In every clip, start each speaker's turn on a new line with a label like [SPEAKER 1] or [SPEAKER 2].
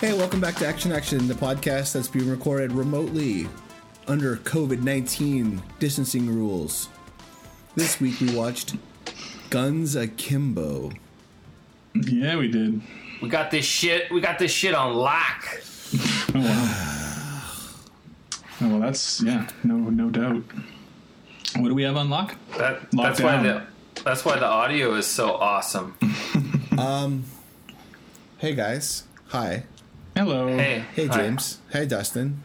[SPEAKER 1] Hey, welcome back to Action Action, the podcast that's being recorded remotely under COVID 19 distancing rules. This week we watched Guns Akimbo.
[SPEAKER 2] Yeah, we did.
[SPEAKER 3] We got this shit. We got this shit on lock.
[SPEAKER 2] Oh wow. oh, well, that's yeah, no, no doubt. What do we have on lock?
[SPEAKER 3] That,
[SPEAKER 2] Lock
[SPEAKER 3] that's why
[SPEAKER 2] down.
[SPEAKER 3] the that's why the audio is so awesome.
[SPEAKER 1] Hey guys. Hi.
[SPEAKER 2] Hello.
[SPEAKER 3] Hey,
[SPEAKER 1] Hey
[SPEAKER 3] hi.
[SPEAKER 1] James. Hey Dustin.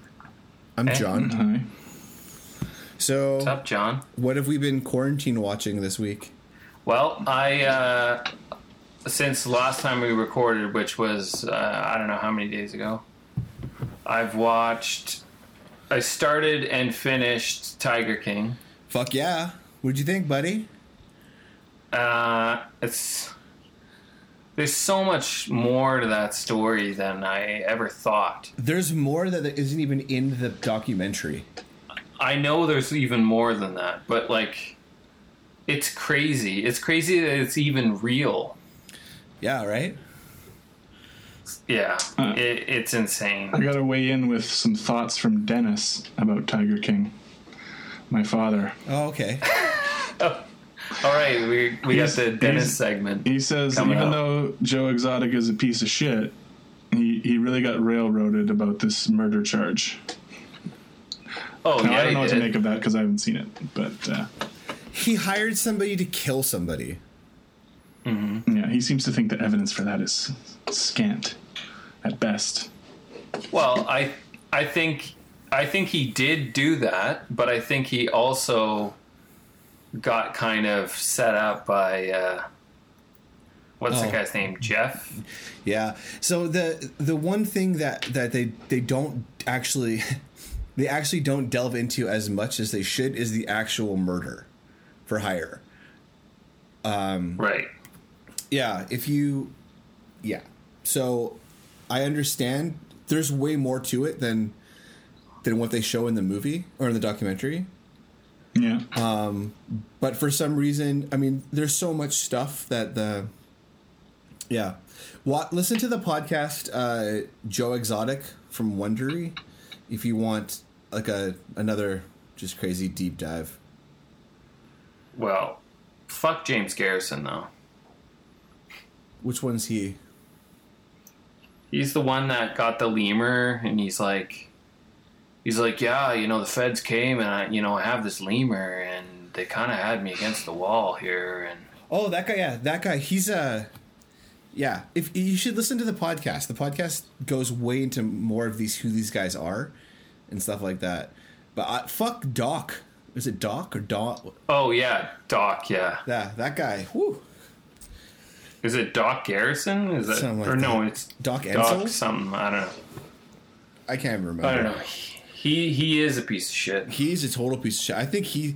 [SPEAKER 1] I'm
[SPEAKER 3] Hey. Mm-hmm.
[SPEAKER 1] John.
[SPEAKER 2] Hi.
[SPEAKER 3] What's
[SPEAKER 1] So,
[SPEAKER 3] up, John?
[SPEAKER 1] what have we been quarantine watching this week?
[SPEAKER 3] Well, I uh, since last time we recorded, which was uh, I don't know how many days ago, I've watched. I started and finished Tiger King.
[SPEAKER 1] Fuck yeah. What'd you think, buddy?
[SPEAKER 3] Uh, it's there's so much more to that story than I ever thought.
[SPEAKER 1] There's more that isn't even in the documentary.
[SPEAKER 3] I know there's even more than that, but like, it's crazy. It's crazy that it's even real.
[SPEAKER 1] Yeah, right?
[SPEAKER 3] Yeah, it, it's insane.
[SPEAKER 2] I gotta weigh in with some thoughts from Dennis about Tiger King. My father.
[SPEAKER 1] Oh, okay.
[SPEAKER 3] All right, we we got
[SPEAKER 2] He's-
[SPEAKER 3] the Dennis
[SPEAKER 2] he's-
[SPEAKER 3] segment.
[SPEAKER 2] He says
[SPEAKER 3] Coming
[SPEAKER 2] even
[SPEAKER 3] up.
[SPEAKER 2] though Joe Exotic is a piece of shit, he, he really got railroaded about this murder charge.
[SPEAKER 3] Oh
[SPEAKER 2] Now,
[SPEAKER 3] yeah,
[SPEAKER 2] I don't know
[SPEAKER 3] he
[SPEAKER 2] what
[SPEAKER 3] did.
[SPEAKER 2] to make of that because I haven't seen it, but uh,
[SPEAKER 1] He hired somebody to kill somebody.
[SPEAKER 2] yeah, he seems to think the evidence for that is scant at best.
[SPEAKER 3] Well, I I think I think he did do that, but I think he also got kind of set up by uh, what's the
[SPEAKER 1] Oh.
[SPEAKER 3] guy's name? Jeff.
[SPEAKER 1] Yeah. So the the one thing that that they they don't actually they actually don't delve into as much as they should is the actual murder for hire.
[SPEAKER 3] Right.
[SPEAKER 1] Yeah, if you yeah. So I understand there's way more to it than than what they show in the movie or in the documentary.
[SPEAKER 2] Yeah.
[SPEAKER 1] But for some reason, I mean, there's so much stuff that the yeah. What listen to the podcast uh, Joe Exotic from Wondery if you want like a another just crazy deep dive.
[SPEAKER 3] Well, fuck James Garrison though.
[SPEAKER 1] Which one's he?
[SPEAKER 3] He's the one that got the lemur, and he's like, he's like, yeah, you know, the feds came, and I, you know, I have this lemur, and they kind of had me against the wall here, and
[SPEAKER 1] Oh, that guy. Yeah, that guy. He's Uh, yeah, if you should listen to the podcast. The podcast goes way into more of these who these guys are and stuff like that. But I, fuck Doc. Is it Doc or Doc?
[SPEAKER 3] oh yeah, Doc, yeah,
[SPEAKER 1] Yeah, that guy. Whew.
[SPEAKER 3] is it Doc Garrison? Is it
[SPEAKER 1] Something like
[SPEAKER 3] or no?
[SPEAKER 1] that.
[SPEAKER 3] It's
[SPEAKER 1] Doc Edsel?
[SPEAKER 3] Doc something. I don't know.
[SPEAKER 1] I can't remember.
[SPEAKER 3] I don't know. He he is a piece of shit.
[SPEAKER 1] He's a total piece of shit. I think he,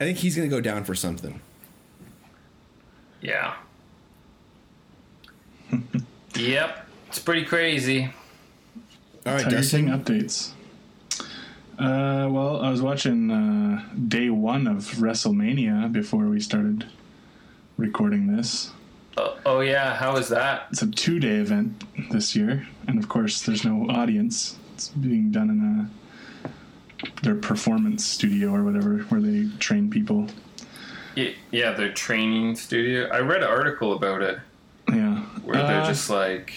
[SPEAKER 1] I think he's gonna go down for something.
[SPEAKER 3] Yeah. yep, it's pretty crazy.
[SPEAKER 1] All right,
[SPEAKER 2] Tiger
[SPEAKER 1] Dustin.
[SPEAKER 2] King updates. Uh, well, I was watching uh, day one of WrestleMania before we started recording this.
[SPEAKER 3] Oh, oh yeah, how is that?
[SPEAKER 2] It's a two day event this year, and of course, there's no audience. It's being done in a, their performance studio or whatever, where they train people.
[SPEAKER 3] Y- Yeah, their training studio. I read an article about it.
[SPEAKER 2] Yeah.
[SPEAKER 3] where they're
[SPEAKER 2] Uh,
[SPEAKER 3] just like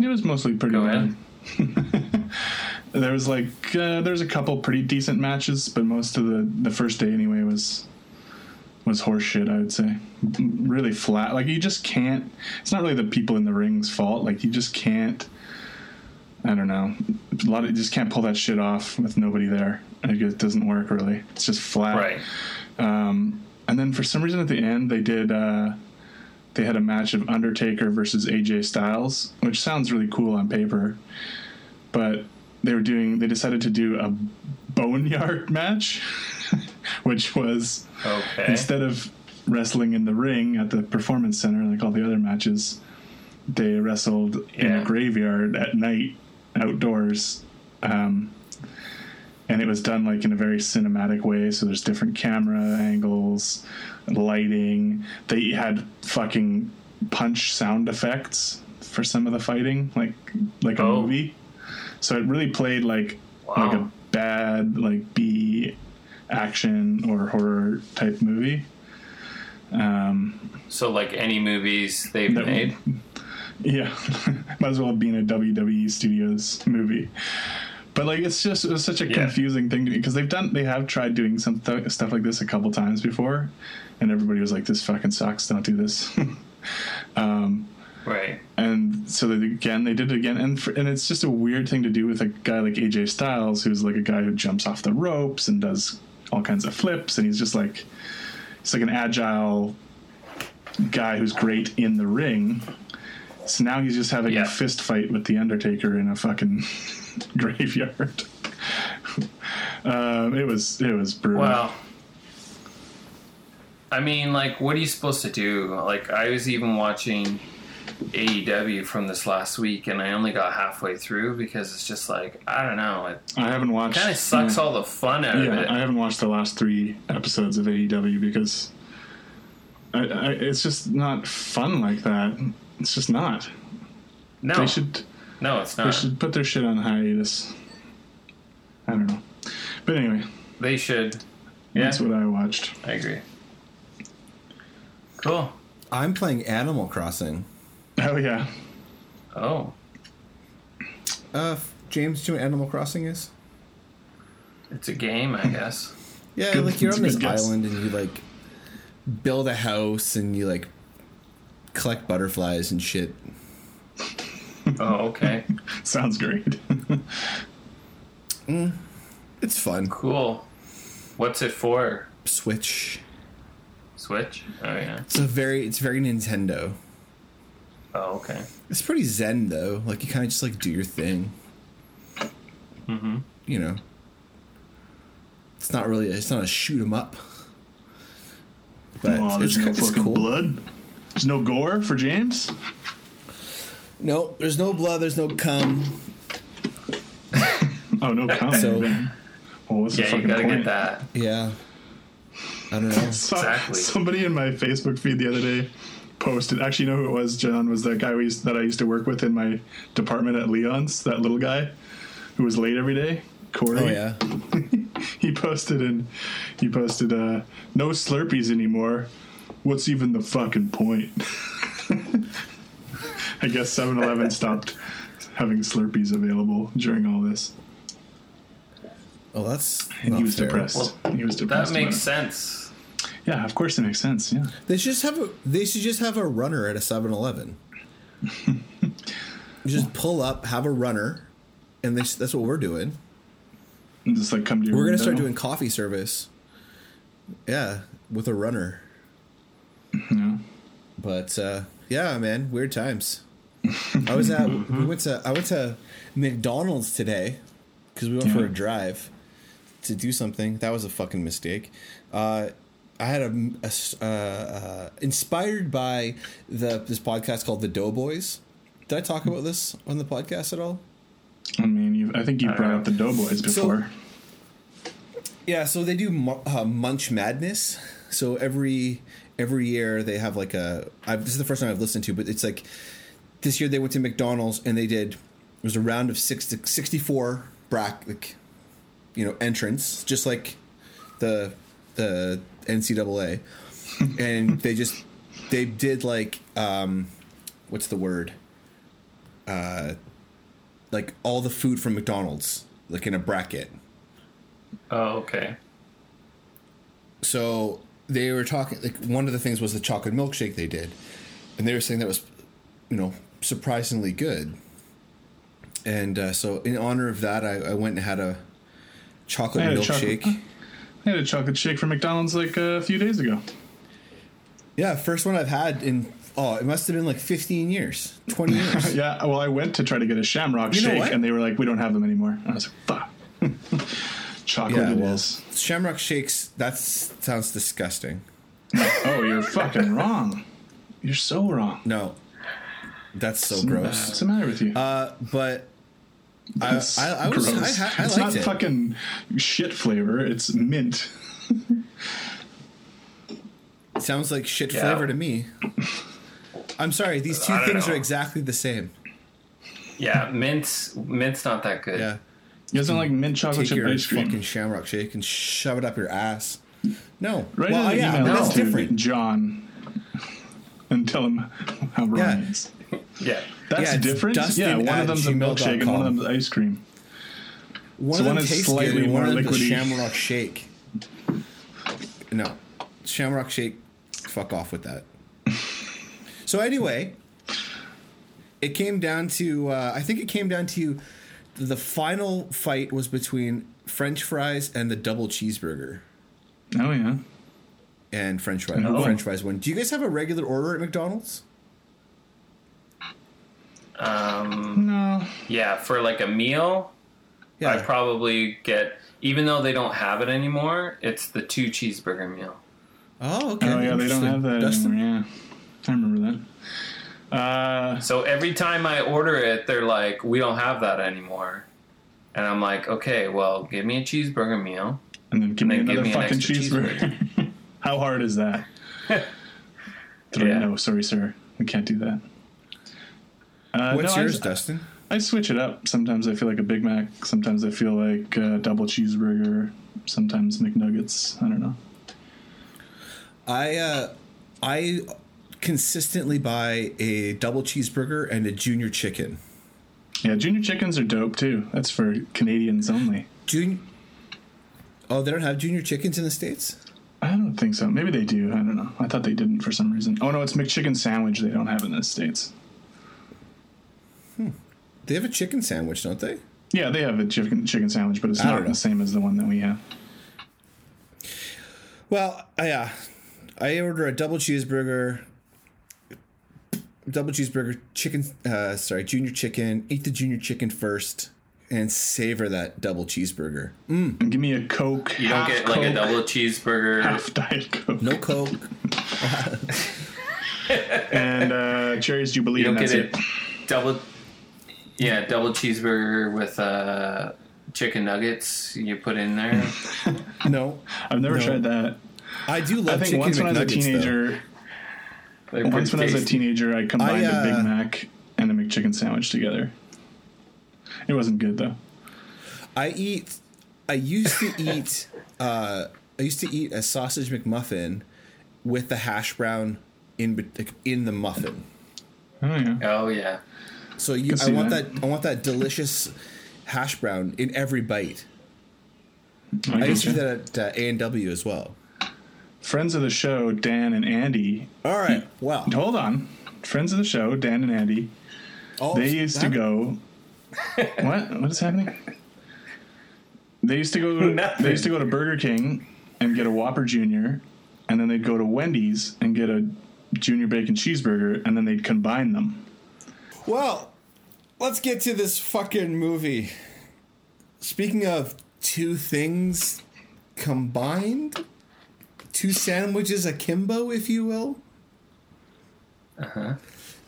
[SPEAKER 2] It was mostly pretty
[SPEAKER 3] Go
[SPEAKER 2] bad. there was like uh, there's a couple pretty decent matches, but most of the the first day anyway was was horseshit. I would say M- really flat. Like you just can't. It's not really the people in the ring's fault. Like you just can't. I don't know. A lot of you just can't pull that shit off with nobody there. Like it doesn't work really. It's just flat.
[SPEAKER 3] right
[SPEAKER 2] And then for some reason at the end they did uh they had a match of Undertaker versus AJ Styles, which sounds really cool on paper. But they were doing they decided to do a boneyard match, which was
[SPEAKER 3] okay
[SPEAKER 2] instead of wrestling in the ring at the performance center like all the other matches, they wrestled in
[SPEAKER 3] Yeah.
[SPEAKER 2] a graveyard at night outdoors. Um, and it was done like in a very cinematic way. So there's different camera angles, lighting. They had fucking punch sound effects. for some of the fighting, like like a
[SPEAKER 3] Oh.
[SPEAKER 2] movie. So it really played like like
[SPEAKER 3] Wow.
[SPEAKER 2] a bad like B action or horror type movie. Um,
[SPEAKER 3] So like any movies they've
[SPEAKER 2] That-
[SPEAKER 3] made.
[SPEAKER 2] yeah, might as well have been a WWE Studios movie. But like, it's just it's such a
[SPEAKER 3] Yeah.
[SPEAKER 2] confusing thing to me because they've done they have tried doing some th- stuff like this a couple times before, and everybody was like, "This fucking sucks. Don't do this."
[SPEAKER 3] Right.
[SPEAKER 2] and so they, again they did it again and for, and it's just a weird thing to do with a guy like AJ Styles who's like a guy who jumps off the ropes and does all kinds of flips and he's just like he's like an agile guy who's great in the ring so now he's just having
[SPEAKER 3] Yeah.
[SPEAKER 2] a fist fight with the Undertaker in a fucking graveyard um, it was it was brutal
[SPEAKER 3] Well, I mean, like, what are you supposed to do? Like, I was even watching AEW from this last week, and I only got halfway through because it's just like I don't know. It
[SPEAKER 2] I haven't watched
[SPEAKER 3] kind of sucks
[SPEAKER 2] yeah.
[SPEAKER 3] all the fun out of
[SPEAKER 2] Yeah,
[SPEAKER 3] it.
[SPEAKER 2] I haven't watched the last three episodes of AEW because I, I, it's just not fun like that. It's just not.
[SPEAKER 3] no,
[SPEAKER 2] They should
[SPEAKER 3] no, it's
[SPEAKER 2] they
[SPEAKER 3] not.
[SPEAKER 2] should put their shit on hiatus. I don't know, but anyway,
[SPEAKER 3] They should. Yeah,
[SPEAKER 2] that's what I watched.
[SPEAKER 3] I agree. Cool.
[SPEAKER 1] I'm playing Animal Crossing.
[SPEAKER 2] Oh yeah,
[SPEAKER 3] Oh,
[SPEAKER 1] Uh, James, do you know what Animal Crossing is?
[SPEAKER 3] it's a game, I guess.
[SPEAKER 1] Yeah,
[SPEAKER 2] Good-
[SPEAKER 1] like you're
[SPEAKER 2] it's
[SPEAKER 1] on
[SPEAKER 2] a
[SPEAKER 1] this
[SPEAKER 2] good guess.
[SPEAKER 1] island and you like build a house and you like collect butterflies and shit.
[SPEAKER 3] Oh, okay.
[SPEAKER 2] sounds great.
[SPEAKER 1] Uh, It's fun.
[SPEAKER 3] Cool. What's it for?
[SPEAKER 1] Switch.
[SPEAKER 3] Switch? Oh yeah.
[SPEAKER 1] It's a very it's very Nintendo.
[SPEAKER 3] Oh okay.
[SPEAKER 1] It's pretty zen though. Like you kind of just like do your thing. Mm-hmm. You know. It's not really. It's not a shoot 'em up. But
[SPEAKER 2] Aw,
[SPEAKER 1] it's,
[SPEAKER 2] there's
[SPEAKER 1] it's,
[SPEAKER 2] no
[SPEAKER 1] it's
[SPEAKER 2] fucking
[SPEAKER 1] cool.
[SPEAKER 2] blood. There's no gore for James.
[SPEAKER 1] No, there's no blood. There's no cum.
[SPEAKER 2] Oh no, comment.
[SPEAKER 1] So-
[SPEAKER 2] well, what's the
[SPEAKER 3] Yeah, you
[SPEAKER 2] fucking
[SPEAKER 3] gotta
[SPEAKER 2] point?
[SPEAKER 3] get that.
[SPEAKER 1] Yeah. I don't know.
[SPEAKER 2] So-
[SPEAKER 3] Exactly.
[SPEAKER 2] Somebody in my Facebook feed the other day posted. Actually, you know who it was? John was that guy we used, that I used to work with in my department at Leon's. That little guy who was late every day. Corey.
[SPEAKER 1] Oh yeah.
[SPEAKER 2] He posted and he posted uh, no Slurpees anymore. What's even the fucking point? I guess 7-Eleven stopped having Slurpees available during all this.
[SPEAKER 1] Oh, that's.
[SPEAKER 2] And
[SPEAKER 1] not
[SPEAKER 2] he was
[SPEAKER 1] fair.
[SPEAKER 2] depressed. he was
[SPEAKER 3] That
[SPEAKER 2] depressed.
[SPEAKER 3] makes
[SPEAKER 2] about
[SPEAKER 3] sense.
[SPEAKER 2] it. Yeah, of course it makes sense. Yeah.
[SPEAKER 1] They should just have a. They should just have a runner at a 7-Eleven. You just pull up, have a runner, and they, that's what we're doing.
[SPEAKER 2] And just like come to your
[SPEAKER 1] We're gonna start
[SPEAKER 2] window.
[SPEAKER 1] doing coffee service. Yeah, with a runner.
[SPEAKER 2] Yeah.
[SPEAKER 1] But uh, yeah, man, weird times. I was at we went to I went to McDonald's today because we went for
[SPEAKER 2] Yeah.
[SPEAKER 1] a drive to do something. That was a fucking mistake. Uh, I had a, a s- uh, uh, inspired by the this podcast called The Doughboys. Did I talk about this on the podcast at all?
[SPEAKER 2] I mean, you've, I think you brought
[SPEAKER 3] know.
[SPEAKER 2] up the Doughboys before.
[SPEAKER 1] Yeah, so they do mu- uh, Munch Madness. So every every year they have like a. I've, this is the first time I've listened to, but it's like this year they went to McDonald's and they did. It was a round of six to sixty-four bracket, like, you know, entrance, just like the the NCAA, and they just they did like um, what's the word? Uh, like all the food from McDonald's, like in a bracket.
[SPEAKER 3] Oh, okay.
[SPEAKER 1] so they were talking like one of the things was the chocolate milkshake they did and they were saying that was you know surprisingly good and uh, so in honor of that I, I went and had a chocolate
[SPEAKER 2] I had a
[SPEAKER 1] milkshake
[SPEAKER 2] chocolate- I had a chocolate shake from McDonald's like uh, a few days ago.
[SPEAKER 1] yeah first one i've had in oh it must have been like 15 years 20 years
[SPEAKER 2] Yeah, well, I went to try to get a Shamrock
[SPEAKER 1] You know
[SPEAKER 2] shake,
[SPEAKER 1] what?
[SPEAKER 2] and they were like, "We don't have them anymore." And I was like, "Fuck, chocolate
[SPEAKER 1] yeah
[SPEAKER 2] it
[SPEAKER 1] well
[SPEAKER 2] is."
[SPEAKER 1] shamrock shakes that sounds disgusting
[SPEAKER 2] Oh, you're fucking wrong. You're so wrong.
[SPEAKER 1] no that's so
[SPEAKER 2] What's
[SPEAKER 1] gross
[SPEAKER 2] the matter with you?
[SPEAKER 1] uh, but I,
[SPEAKER 2] That's
[SPEAKER 1] I, I was
[SPEAKER 2] gross.
[SPEAKER 1] I, ha- I
[SPEAKER 2] it's
[SPEAKER 1] liked
[SPEAKER 2] not
[SPEAKER 1] it.
[SPEAKER 2] fucking shit flavor. It's mint.
[SPEAKER 1] Sounds like shit
[SPEAKER 3] Yeah.
[SPEAKER 1] flavor to me. I'm sorry, these two
[SPEAKER 3] I don't
[SPEAKER 1] things
[SPEAKER 3] know.
[SPEAKER 1] are exactly the same.
[SPEAKER 3] Yeah, mint's mint's not that good.
[SPEAKER 1] Yeah.
[SPEAKER 2] You guys don't like mint chocolate
[SPEAKER 1] Take
[SPEAKER 2] chip
[SPEAKER 1] your
[SPEAKER 2] ice cream?
[SPEAKER 1] fucking shamrock shake and shove it up your ass. No.
[SPEAKER 2] Write
[SPEAKER 1] well,
[SPEAKER 2] an
[SPEAKER 1] yeah,
[SPEAKER 2] email
[SPEAKER 1] but that's
[SPEAKER 2] to
[SPEAKER 1] different.
[SPEAKER 2] John and tell him how wrong
[SPEAKER 1] Yeah.
[SPEAKER 2] it is.
[SPEAKER 3] Yeah.
[SPEAKER 1] Yeah,
[SPEAKER 2] That's
[SPEAKER 1] it's
[SPEAKER 2] different.
[SPEAKER 1] Dustin
[SPEAKER 2] yeah, one
[SPEAKER 1] at
[SPEAKER 2] of them's a
[SPEAKER 1] gmail.com.
[SPEAKER 2] milkshake and one of them's ice cream.
[SPEAKER 1] One
[SPEAKER 2] So
[SPEAKER 1] of
[SPEAKER 2] one
[SPEAKER 1] them
[SPEAKER 2] is
[SPEAKER 1] tastes
[SPEAKER 2] slightly
[SPEAKER 1] good and one
[SPEAKER 2] more
[SPEAKER 1] of them is
[SPEAKER 2] liquidy.
[SPEAKER 1] shamrock shake. No. Shamrock shake, fuck off with that. so anyway, it came down to uh, I think it came down to the final fight was between French fries and the double cheeseburger.
[SPEAKER 2] Oh yeah.
[SPEAKER 1] And French fries.
[SPEAKER 2] No.
[SPEAKER 1] French fries won. Do you guys have a regular order at McDonald's?
[SPEAKER 3] Um,
[SPEAKER 2] No.
[SPEAKER 3] yeah, for like a meal, I probably get even though they don't have it anymore, it's the two cheeseburger meal.
[SPEAKER 1] Oh, okay.
[SPEAKER 2] Oh yeah, they don't
[SPEAKER 1] Interesting.
[SPEAKER 2] have that
[SPEAKER 1] Dustin?
[SPEAKER 2] anymore. Yeah, I remember that. Uh,
[SPEAKER 3] So every time I order it, they're like, "We don't have that anymore," and I'm like, "Okay, well, give me a cheeseburger meal."
[SPEAKER 2] and then give me
[SPEAKER 3] Then give
[SPEAKER 2] another
[SPEAKER 3] me an
[SPEAKER 2] fucking
[SPEAKER 3] extra
[SPEAKER 2] cheeseburger. how hard is that? Three,
[SPEAKER 3] Yeah.
[SPEAKER 2] No, sorry, sir. We can't do that. Uh,
[SPEAKER 1] What's
[SPEAKER 2] no, I-
[SPEAKER 1] yours, Dustin?
[SPEAKER 2] I switch it up. Sometimes I feel like a Big Mac. Sometimes I feel like a double cheeseburger. Sometimes McNuggets. I don't know.
[SPEAKER 1] I uh, I consistently buy a double cheeseburger and a junior chicken.
[SPEAKER 2] Yeah, junior chickens are dope too. That's for Canadians only.
[SPEAKER 1] Junior. Oh, they don't have junior chickens in the states.
[SPEAKER 2] I don't think so. Maybe they do. I don't know. I thought they didn't for some reason. Oh no, it's McChicken sandwich. They don't have in the states.
[SPEAKER 1] They have a chicken sandwich, don't they?
[SPEAKER 2] Yeah, they have a chicken chicken sandwich, but it's
[SPEAKER 1] I don't
[SPEAKER 2] not
[SPEAKER 1] know.
[SPEAKER 2] the same as the one that we have.
[SPEAKER 1] Well, I uh, I order a double cheeseburger, double cheeseburger, chicken. Uh, sorry, junior chicken. Eat the junior chicken first and savor that double cheeseburger.
[SPEAKER 2] And give me a Coke.
[SPEAKER 3] You don't get like a double cheeseburger.
[SPEAKER 2] half diet Coke
[SPEAKER 1] No coke.
[SPEAKER 2] and uh, cherries Jubilee.
[SPEAKER 3] You don't
[SPEAKER 2] and
[SPEAKER 3] get
[SPEAKER 2] that's
[SPEAKER 3] it
[SPEAKER 2] it.
[SPEAKER 3] double. Yeah, double cheeseburger with uh, chicken nuggets. You put in there.
[SPEAKER 1] No,
[SPEAKER 2] I've never
[SPEAKER 1] No.
[SPEAKER 2] tried that.
[SPEAKER 1] I do love.
[SPEAKER 2] I think
[SPEAKER 1] chicken
[SPEAKER 2] once when I was a
[SPEAKER 1] McNuggets, though.
[SPEAKER 2] teenager.
[SPEAKER 3] They're
[SPEAKER 2] Once
[SPEAKER 3] pretty
[SPEAKER 2] when I was a
[SPEAKER 3] tasty.
[SPEAKER 2] teenager, I combined
[SPEAKER 1] I,
[SPEAKER 2] a
[SPEAKER 1] uh,
[SPEAKER 2] Big Mac and a McChicken sandwich together. It wasn't good though.
[SPEAKER 1] I eat. I used to eat. uh, I used to eat a sausage McMuffin with the hash brown in bet- like, in the muffin.
[SPEAKER 2] Oh yeah.
[SPEAKER 3] Oh yeah.
[SPEAKER 1] So you,
[SPEAKER 2] Can
[SPEAKER 1] I
[SPEAKER 2] see
[SPEAKER 1] want that.
[SPEAKER 2] that.
[SPEAKER 1] I want that delicious hash brown in every bite. I used to do
[SPEAKER 2] Okay.
[SPEAKER 1] that at uh, A and W as well.
[SPEAKER 2] Friends of the show, Dan and Andy.
[SPEAKER 1] All right. Well,
[SPEAKER 2] Hold on. Friends of the show, Dan and Andy.
[SPEAKER 1] all-
[SPEAKER 2] They used to
[SPEAKER 1] that-
[SPEAKER 2] go. What? What is happening? They used to go.
[SPEAKER 3] Nothing.
[SPEAKER 2] They used to go to Burger King and get a Whopper Junior, and then they'd go to Wendy's and get a Junior Bacon Cheeseburger, and then they'd combine them.
[SPEAKER 1] Well, let's get to this fucking movie. Speaking of two things combined, two sandwiches akimbo, if you will. Uh huh.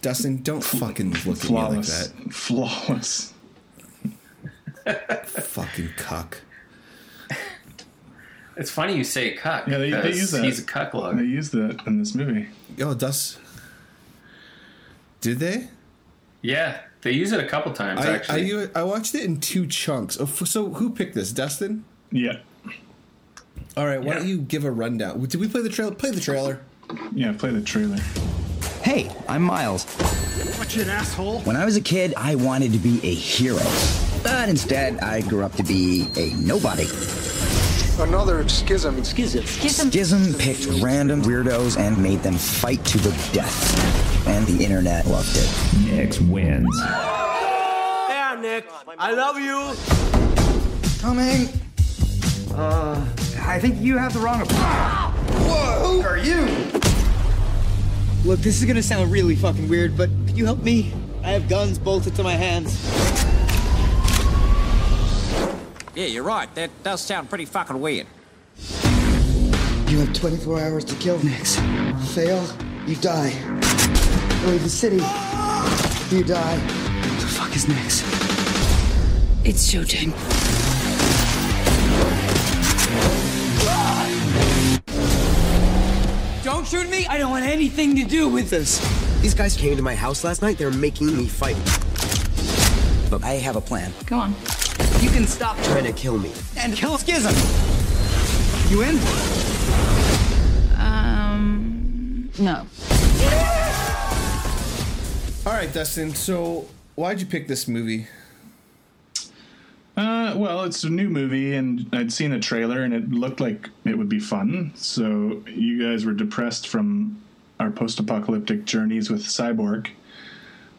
[SPEAKER 1] Dustin, don't fucking look at me like
[SPEAKER 2] Flawless.
[SPEAKER 1] that.
[SPEAKER 2] Flawless.
[SPEAKER 1] Fucking cuck.
[SPEAKER 3] It's funny you say cuck.
[SPEAKER 2] Yeah, they- they
[SPEAKER 3] 'cause
[SPEAKER 2] use that.
[SPEAKER 3] He's a cuck log.
[SPEAKER 2] They used that in this movie.
[SPEAKER 1] Yo, Dust. Did they?
[SPEAKER 3] Yeah, they use it a couple times
[SPEAKER 1] I, I,
[SPEAKER 3] actually.
[SPEAKER 1] I watched it in two chunks. Oh, f- So who picked this, Dustin?
[SPEAKER 2] Yeah.
[SPEAKER 1] All right, why don't
[SPEAKER 3] Yeah.
[SPEAKER 1] you give a rundown? Did we play the trailer? Play the trailer.
[SPEAKER 2] Yeah, play the trailer.
[SPEAKER 4] Hey, I'm Miles.
[SPEAKER 5] Watch it, asshole.
[SPEAKER 4] When I was a kid, I wanted to be a hero. But instead, I grew up to be a nobody.
[SPEAKER 6] Another schism.
[SPEAKER 4] Schism picked random weirdos and made them fight to the death. And the internet loved it.
[SPEAKER 7] X wins.
[SPEAKER 8] Yeah, Nick. I love you.
[SPEAKER 4] Coming!
[SPEAKER 9] I think you have the wrong approach.
[SPEAKER 4] Whoa, who are you?
[SPEAKER 9] Look, this is gonna sound really fucking weird, but could you help me? I have guns bolted to my hands.
[SPEAKER 10] Yeah, you're right. That does sound pretty fucking weird.
[SPEAKER 9] You have 24 hours to kill, Nix. Fail, you die. Leave the city, you die. Who the fuck is Nix?
[SPEAKER 11] It's showtime.
[SPEAKER 8] Don't shoot me. I don't want anything to do with this.
[SPEAKER 7] These guys came to my house last night. They're making me fight.
[SPEAKER 4] But I have a plan.
[SPEAKER 11] Go on.
[SPEAKER 7] You can stop trying to kill me.
[SPEAKER 4] And kill Schism! You in?
[SPEAKER 11] Um. No.
[SPEAKER 1] All right, Dustin. So, why'd you pick this movie?
[SPEAKER 2] Uh, well, it's a new movie, and I'd seen a trailer, and it looked like it would be fun. So you guys were depressed from our post-apocalyptic journeys with Cyborg.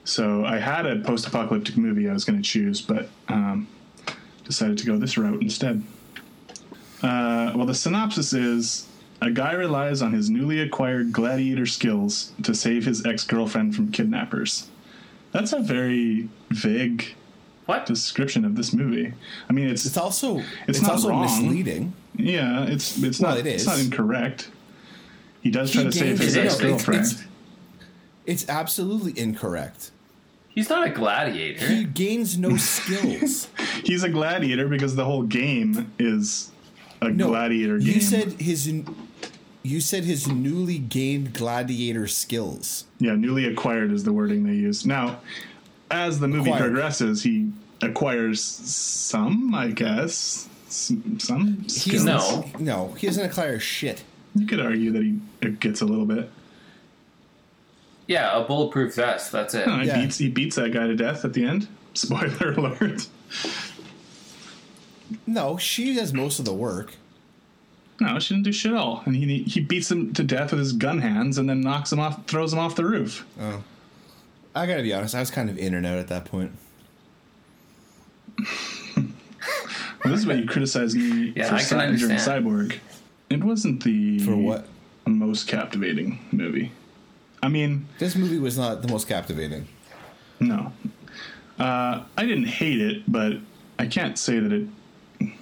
[SPEAKER 2] So I had a post-apocalyptic movie I was going to choose, but um, decided to go this route instead. Uh, well, the synopsis is: a guy relies on his newly acquired gladiator skills to save his ex-girlfriend from kidnappers. That's a very vague
[SPEAKER 3] what
[SPEAKER 2] description of this movie. I mean, it's
[SPEAKER 1] it's also
[SPEAKER 2] it's, it's not
[SPEAKER 1] also
[SPEAKER 2] wrong.
[SPEAKER 1] misleading.
[SPEAKER 2] Yeah, it's it's well, not it is. it's not incorrect. He does try
[SPEAKER 1] He
[SPEAKER 2] to save
[SPEAKER 1] gained
[SPEAKER 2] his
[SPEAKER 1] it. No,
[SPEAKER 2] ex girlfriend.
[SPEAKER 1] it's- it's- It's absolutely incorrect.
[SPEAKER 3] He's not a gladiator.
[SPEAKER 1] He gains no skills.
[SPEAKER 2] He's a gladiator because the whole game is a gladiator game.
[SPEAKER 1] You said his you said his newly gained gladiator skills.
[SPEAKER 2] yeah, newly acquired is the wording they use. Now, as the movie
[SPEAKER 1] Acquired.
[SPEAKER 2] progresses, he acquires some, I guess, some, some skills.
[SPEAKER 1] He's no, he doesn't acquire shit.
[SPEAKER 2] You could argue that he it gets a little bit.
[SPEAKER 3] Yeah, a bulletproof vest. That's it.
[SPEAKER 2] No, he beats he beats that guy to death at the end. Spoiler alert.
[SPEAKER 1] No, she does most of the work.
[SPEAKER 2] No, she didn't do shit at all. And he he beats him to death with his gun hands, and then knocks him off, throws him off the roof.
[SPEAKER 1] Oh, I gotta be honest. I was kind of in and out at that point.
[SPEAKER 2] Well, this is why you criticize me
[SPEAKER 3] Yeah,
[SPEAKER 2] for
[SPEAKER 3] I can
[SPEAKER 2] Cy- during
[SPEAKER 3] understand.
[SPEAKER 2] Cyborg. It wasn't the
[SPEAKER 1] For what?
[SPEAKER 2] most captivating movie. I mean,
[SPEAKER 1] this movie was not the most captivating.
[SPEAKER 2] No, uh, I didn't hate it, but I can't say that it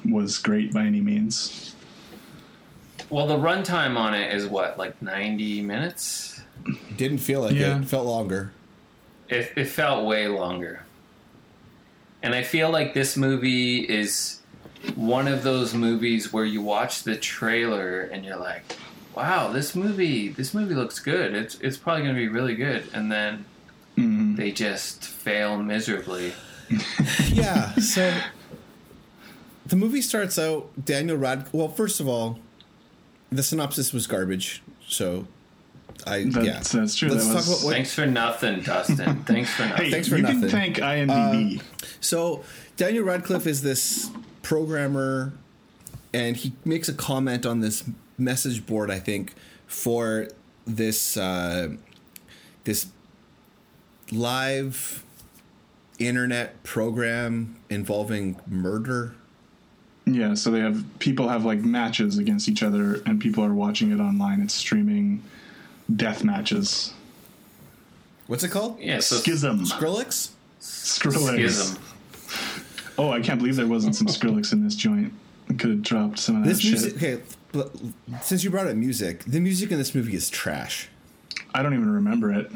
[SPEAKER 2] was great by any means.
[SPEAKER 3] Well, the runtime on it is what, like 90 minutes?
[SPEAKER 1] Didn't feel like
[SPEAKER 2] Yeah.
[SPEAKER 1] it. Felt longer.
[SPEAKER 3] It, it felt way longer. And I feel like this movie is one of those movies where you watch the trailer and you're like, wow, this movie, this movie looks good. It's, it's probably going to be really good. And then
[SPEAKER 2] Mm-hmm.
[SPEAKER 3] they just fail miserably.
[SPEAKER 1] yeah. So the movie starts out Daniel Rad. Well, first of all, the synopsis was garbage. So I
[SPEAKER 2] That's-
[SPEAKER 1] yeah,
[SPEAKER 2] that's true.
[SPEAKER 1] Let's
[SPEAKER 2] That
[SPEAKER 1] talk
[SPEAKER 2] was-
[SPEAKER 1] about what
[SPEAKER 3] Thanks for nothing, Dustin. Thanks for nothing.
[SPEAKER 2] Hey,
[SPEAKER 1] Thanks for
[SPEAKER 2] you
[SPEAKER 1] nothing. Uh,
[SPEAKER 2] can thank IMDb.
[SPEAKER 1] So Daniel Radcliffe is this programmer, and he makes a comment on this message board, I think, for this uh, this live internet program involving murder.
[SPEAKER 2] yeah, so they have people have like matches against each other, and people are watching it online. It's streaming death matches.
[SPEAKER 1] What's it called?
[SPEAKER 3] Yeah, so-
[SPEAKER 2] Schism.
[SPEAKER 1] Skrillex.
[SPEAKER 2] Skrillex.
[SPEAKER 3] Schism.
[SPEAKER 2] Oh, I can't believe there wasn't some Skrillex in this joint. I could have dropped some of that
[SPEAKER 1] This
[SPEAKER 2] Oh, shit.
[SPEAKER 1] music. Okay, l- l- since you brought up music, the music in this movie is trash.
[SPEAKER 2] I don't even remember it.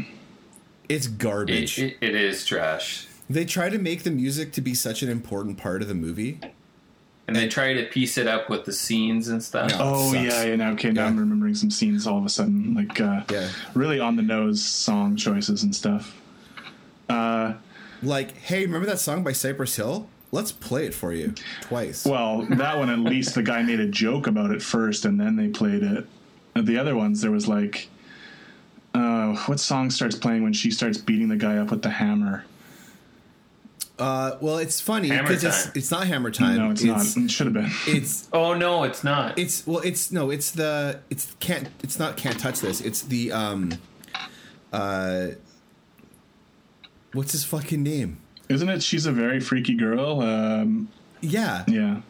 [SPEAKER 1] It's
[SPEAKER 3] It,
[SPEAKER 1] garbage.
[SPEAKER 3] it, it is trash.
[SPEAKER 1] they try to make the music to be such an important part of the movie.
[SPEAKER 3] And they try to piece it up with the scenes and stuff.
[SPEAKER 1] No.
[SPEAKER 2] Oh
[SPEAKER 1] sucks.
[SPEAKER 2] yeah, yeah. Now, okay, now I'm remembering some scenes all of a sudden, like uh,
[SPEAKER 1] Yeah.
[SPEAKER 2] really on the nose song choices and stuff. Uh,
[SPEAKER 1] Like, hey, remember that song by Cypress Hill? Let's play it for you twice.
[SPEAKER 2] well, that one at least the guy made a joke about it first, and then they played it. And the other ones, there was like, uh, what song starts playing when she starts beating the guy up with the hammer?
[SPEAKER 1] Uh, well, it's funny
[SPEAKER 3] Hammer
[SPEAKER 1] because it's
[SPEAKER 3] time.
[SPEAKER 1] it's not hammer time.
[SPEAKER 2] No, it's, not. It should have been.
[SPEAKER 1] It's
[SPEAKER 3] Oh, no, it's not.
[SPEAKER 1] it's well, it's no, it's the it's can't it's not can't touch this. It's the um, uh, what's his fucking name?
[SPEAKER 2] Isn't it? She's a very freaky girl. Um,
[SPEAKER 1] Yeah,
[SPEAKER 2] yeah.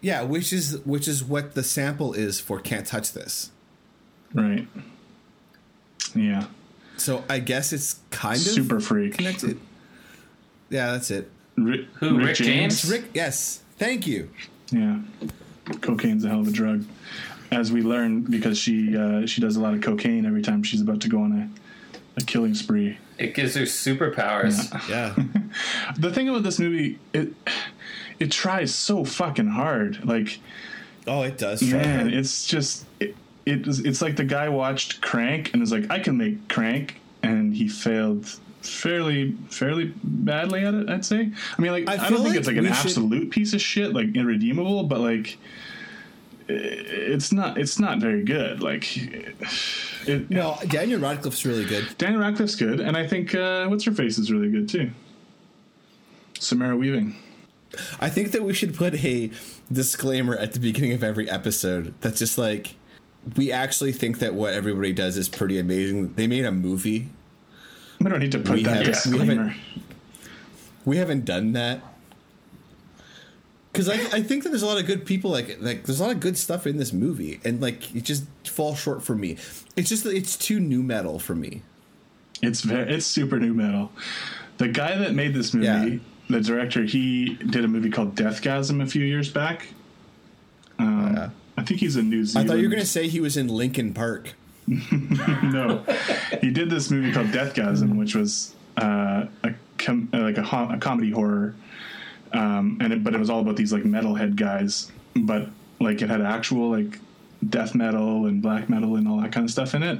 [SPEAKER 1] yeah, which is which is what the sample is for can't touch this.
[SPEAKER 2] Right. Yeah.
[SPEAKER 1] So I guess it's kind of
[SPEAKER 2] Super freak.
[SPEAKER 1] connected. Yeah, that's it.
[SPEAKER 2] Rick,
[SPEAKER 3] Who, Rick James?
[SPEAKER 1] It's Rick. Yes, thank you.
[SPEAKER 2] Yeah, cocaine's a hell of a drug, as we learn because she uh, she does a lot of cocaine every time she's about to go on a, a killing spree.
[SPEAKER 3] It gives her superpowers.
[SPEAKER 1] Yeah.
[SPEAKER 2] The thing about this movie, it it tries so fucking hard. Like
[SPEAKER 1] Oh, it does. try
[SPEAKER 2] man,
[SPEAKER 1] hard.
[SPEAKER 2] it's just it, it is- it's like the guy watched Crank and is like, I can make Crank. and he failed fairly fairly badly at it. I'd say. I mean, like I, don't
[SPEAKER 1] feel
[SPEAKER 2] think
[SPEAKER 1] like
[SPEAKER 2] it's like
[SPEAKER 1] we
[SPEAKER 2] an
[SPEAKER 1] should-
[SPEAKER 2] absolute piece of shit, like irredeemable, but like i- it's not it's not very good. Like it,
[SPEAKER 1] no, Daniel Radcliffe's really good.
[SPEAKER 2] Daniel Radcliffe's good, and I think uh, what's her face is really good too. Samara Weaving.
[SPEAKER 1] I think that we should put a disclaimer at the beginning of every episode that's just like we actually think that what everybody does is pretty amazing. They made a movie.
[SPEAKER 2] We don't need to put that
[SPEAKER 1] We
[SPEAKER 2] disclaimer.
[SPEAKER 1] haven't, we haven't done that. Because I, I think that there's a lot of good people like like there's a lot of good stuff in this movie and like it just falls short for me. It's just that it's too new metal for me.
[SPEAKER 2] It's very, it's super new metal. The guy that made this movie, the director, he did a movie called Deathgasm a few years back. Um, I think he's a New
[SPEAKER 1] I
[SPEAKER 2] Zealand.
[SPEAKER 1] thought you were gonna say he was in Lincoln Park.
[SPEAKER 2] no, he did this movie called Deathgasm, which was uh, a com- uh, like a, ho- a comedy horror, um, and it, but it was all about these like metalhead guys, but like it had actual like death metal and black metal and all that kind of stuff in it.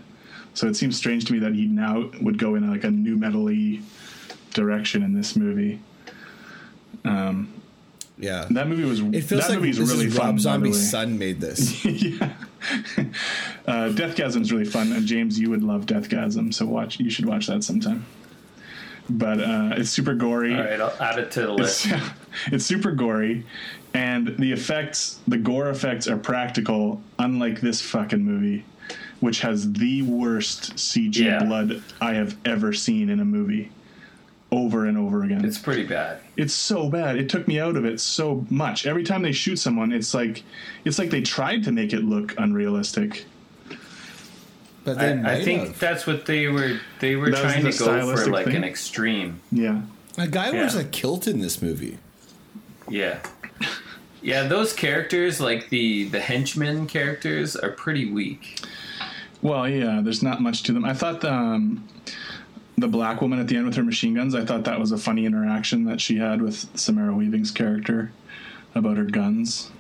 [SPEAKER 2] So it seems strange to me that he now would go in like a new metally direction in this movie. Um,
[SPEAKER 1] yeah,
[SPEAKER 2] that movie was
[SPEAKER 1] It feels
[SPEAKER 2] that
[SPEAKER 1] like
[SPEAKER 2] movie's
[SPEAKER 1] this
[SPEAKER 2] really
[SPEAKER 1] is
[SPEAKER 2] fun.
[SPEAKER 1] Rob
[SPEAKER 2] by the way.
[SPEAKER 1] Zombie's son made this.
[SPEAKER 2] yeah. uh, Deathgasm's really fun, and James, you would love Deathgasm, so watch. You should watch that sometime. But uh, it's super gory.
[SPEAKER 3] All right, I'll add it to the list.
[SPEAKER 2] It's, it's super gory, and the effects, the gore effects, are practical, unlike this fucking movie, which has the worst CG
[SPEAKER 3] Yeah.
[SPEAKER 2] blood I have ever seen in a movie, over and over again.
[SPEAKER 3] It's pretty bad.
[SPEAKER 2] It's so bad. It took me out of it so much. Every time they shoot someone, it's like it's like they tried to make it look unrealistic.
[SPEAKER 1] But
[SPEAKER 3] I, I think that's what they were. They were
[SPEAKER 2] That was
[SPEAKER 3] trying
[SPEAKER 2] the
[SPEAKER 3] to go for
[SPEAKER 2] stylistic
[SPEAKER 3] like
[SPEAKER 2] thing?
[SPEAKER 3] an extreme.
[SPEAKER 2] Yeah.
[SPEAKER 1] A guy wears
[SPEAKER 3] Yeah.
[SPEAKER 1] a kilt in this movie.
[SPEAKER 3] Yeah, yeah. Those characters, like the the henchmen characters, are pretty weak.
[SPEAKER 2] Well, yeah, there's not much to them. I thought the, um, the black woman at the end with her machine guns, I thought that was a funny interaction that she had with Samara Weaving's character about her guns.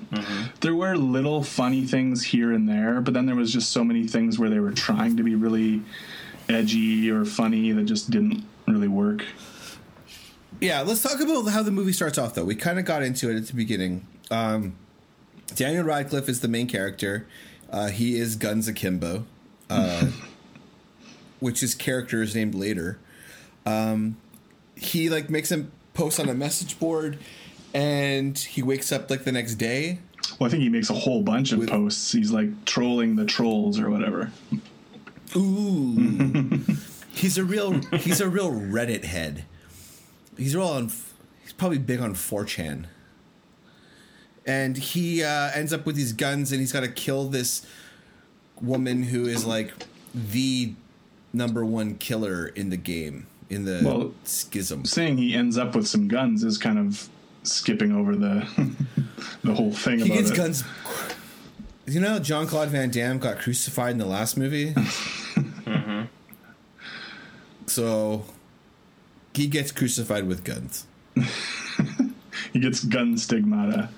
[SPEAKER 2] There were little funny things here and there, but then there was just so many things where they were trying to be really edgy or funny that just didn't really work.
[SPEAKER 1] Yeah, let's talk about how the movie starts off, though. We kind of got into it at the beginning. Um, Daniel Radcliffe is the main character. Uh, he is Guns Akimbo, uh, which his character is named later. Um, he like makes a post on a message board, and he wakes up like the next day.
[SPEAKER 2] Well, I think he makes a whole bunch of posts. He's like trolling the trolls or whatever.
[SPEAKER 1] Ooh, he's a real he's a real Reddit head. He's real on. He's probably big on 4chan. And he uh, ends up with these guns, and he's got to kill this woman who is like the number one killer in the game in the
[SPEAKER 2] Well,
[SPEAKER 1] schism.
[SPEAKER 2] Saying he ends up with some guns is kind of skipping over the the whole thing.
[SPEAKER 1] He
[SPEAKER 2] about
[SPEAKER 1] gets
[SPEAKER 2] it.
[SPEAKER 1] guns. You know, John Claude Van Damme got crucified in the last movie.
[SPEAKER 2] Mm-hmm.
[SPEAKER 1] So he gets crucified with guns.
[SPEAKER 2] He gets gun stigmata.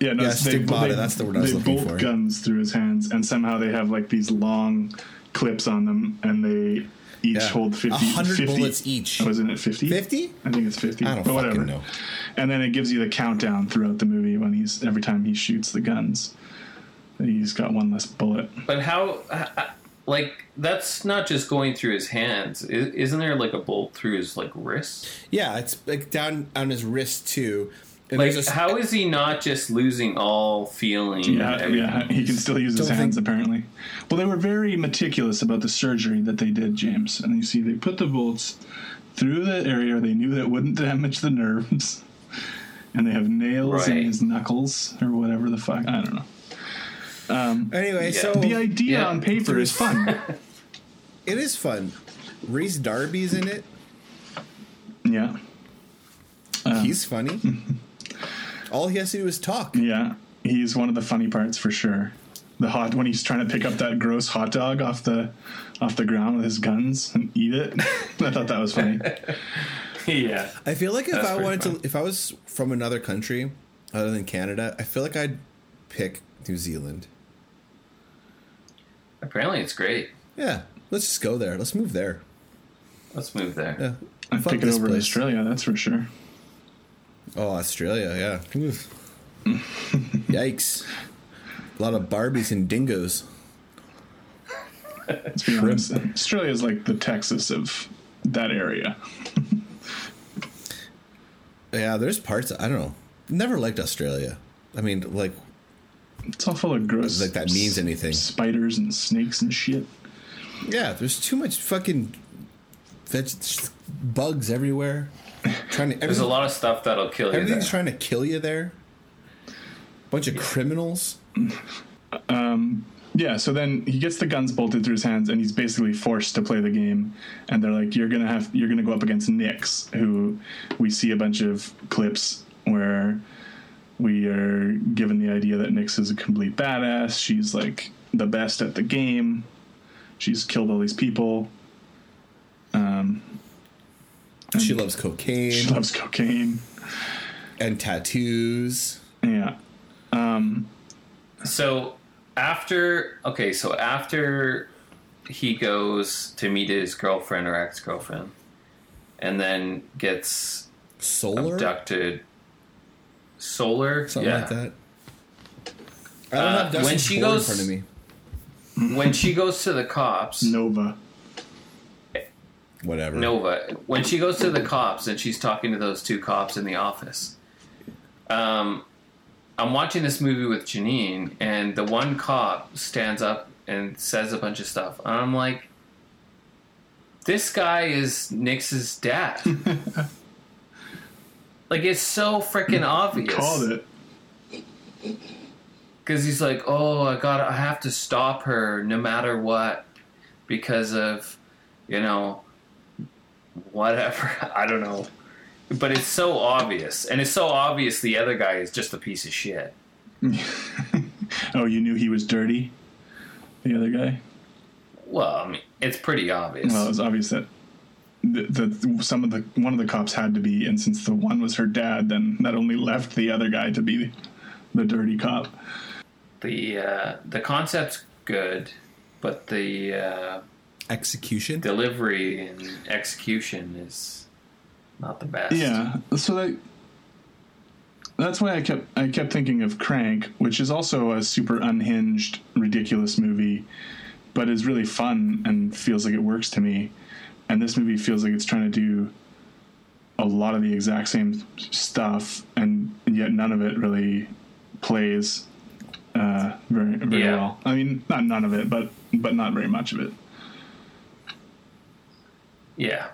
[SPEAKER 2] Yeah, no,
[SPEAKER 1] Yeah,
[SPEAKER 2] it's- they-
[SPEAKER 1] stigmata,
[SPEAKER 2] they-
[SPEAKER 1] that's the word I was
[SPEAKER 2] they
[SPEAKER 1] looking
[SPEAKER 2] bolt
[SPEAKER 1] for.
[SPEAKER 2] guns through his hands, and somehow they have like these long clips on them, and they each
[SPEAKER 1] Yeah.
[SPEAKER 2] hold 50,
[SPEAKER 1] 100
[SPEAKER 2] 50
[SPEAKER 1] bullets each.
[SPEAKER 2] Wasn't it fifty? Fifty? I think it's fifty.
[SPEAKER 1] I don't
[SPEAKER 2] but
[SPEAKER 1] fucking
[SPEAKER 2] whatever.
[SPEAKER 1] know.
[SPEAKER 2] And then it gives you the countdown throughout the movie when he's every time he shoots the guns, he's got one less bullet.
[SPEAKER 3] But how? h- Like that's not just going through his hands. I- Isn't there like a bolt through his like wrist?
[SPEAKER 1] Yeah, it's like down on his wrist too. And
[SPEAKER 3] like
[SPEAKER 1] there's a s-
[SPEAKER 3] how is he not just losing all feeling? and
[SPEAKER 2] Yeah,
[SPEAKER 3] everything?
[SPEAKER 2] yeah, he can still use his
[SPEAKER 3] Don't
[SPEAKER 2] hands apparently. Well, they were very meticulous about the surgery that they did, James. And you see, they put the bolts through the area they knew that wouldn't damage the nerves, and they have nails in
[SPEAKER 1] Right.
[SPEAKER 2] his knuckles or whatever the fuck. I don't know. Um,
[SPEAKER 1] Anyway, so
[SPEAKER 2] the idea on paper is fun.
[SPEAKER 1] it is fun. Reese Darby's in it.
[SPEAKER 2] yeah, Uh-huh.
[SPEAKER 1] he's funny. All he has to do is talk.
[SPEAKER 2] Yeah, he's one of the funny parts for sure. The hot when he's trying to pick up that gross hot dog off the off the ground with his guns and eat it. I thought that was funny.
[SPEAKER 3] yeah.
[SPEAKER 1] I feel like if
[SPEAKER 2] That's
[SPEAKER 1] I
[SPEAKER 2] pretty
[SPEAKER 1] wanted
[SPEAKER 2] fun.
[SPEAKER 1] to, if I was from another country other than Canada, I feel like I'd pick New Zealand.
[SPEAKER 3] Apparently, it's great.
[SPEAKER 1] Yeah, let's just go there. Let's move there.
[SPEAKER 3] Let's move there.
[SPEAKER 1] Yeah.
[SPEAKER 2] I'd
[SPEAKER 1] Fuck
[SPEAKER 2] pick it
[SPEAKER 1] this
[SPEAKER 2] over in
[SPEAKER 1] place.
[SPEAKER 2] Australia, that's for sure.
[SPEAKER 1] Oh, Australia, yeah. Oof. Yikes. A lot of Barbies and dingoes.
[SPEAKER 2] Let's be honest. Australia is like the Texas of that area.
[SPEAKER 1] Yeah, there's parts I don't know. Never liked Australia. I mean, like
[SPEAKER 2] it's all full of gross.
[SPEAKER 1] Like that means anything.
[SPEAKER 2] Spiders and snakes and shit.
[SPEAKER 1] Yeah, there's too much fucking veg- bugs everywhere. Trying to
[SPEAKER 3] There's a lot of stuff that'll kill you.
[SPEAKER 1] everything's
[SPEAKER 3] There.
[SPEAKER 1] trying to kill you there. Bunch of criminals.
[SPEAKER 2] Um, yeah, so then he gets the guns bolted through his hands, and he's basically forced to play the game. And they're like, "You're gonna have, you're gonna go up against Nix, who we see a bunch of clips where we are given the idea that Nix is a complete badass. She's like the best at the game. She's killed all these people. Um,
[SPEAKER 1] She loves cocaine.
[SPEAKER 2] she loves cocaine.
[SPEAKER 1] and tattoos.
[SPEAKER 2] Yeah. Um,
[SPEAKER 3] So after okay, so after he goes to meet his girlfriend or ex girlfriend, and then gets
[SPEAKER 1] Solar?
[SPEAKER 3] abducted. Solar,
[SPEAKER 1] Something
[SPEAKER 3] yeah.
[SPEAKER 1] like that. I don't
[SPEAKER 3] Uh,
[SPEAKER 1] have Dustin
[SPEAKER 3] when she
[SPEAKER 1] Ford
[SPEAKER 3] goes,
[SPEAKER 1] in front of me.
[SPEAKER 3] when she goes to the cops,
[SPEAKER 2] Nova.
[SPEAKER 1] Whatever.
[SPEAKER 3] Nova. When she goes to the cops and she's talking to those two cops in the office, um, I'm watching this movie with Janine, and the one cop stands up and says a bunch of stuff. And I'm like, this guy is Nix's dad. like, it's so freaking obvious.
[SPEAKER 2] Called it.
[SPEAKER 3] because he's like, "Oh, I got, to I have to stop her no matter what, because of, you know, whatever. I don't know, but it's so obvious, and it's so obvious the other guy is just a piece of shit.
[SPEAKER 2] Oh, you knew he was dirty. The other guy.
[SPEAKER 3] Well, I mean, it's pretty obvious.
[SPEAKER 2] Well, it's obvious that the, the some of the one of the cops had to be, and since the one was her dad, then that only left the other guy to be the dirty cop.
[SPEAKER 3] the uh, the concept's good, but the uh,
[SPEAKER 1] Execution.
[SPEAKER 3] delivery and execution is not the best.
[SPEAKER 2] Yeah, so that that's why I kept I kept thinking of Crank, which is also a super unhinged, ridiculous movie, but is really fun and feels like it works to me. And this movie feels like it's trying to do a lot of the exact same stuff, and yet none of it really plays uh, very very
[SPEAKER 3] Yeah.
[SPEAKER 2] well. I mean, not none of it, but but not very much of it.
[SPEAKER 3] yeah.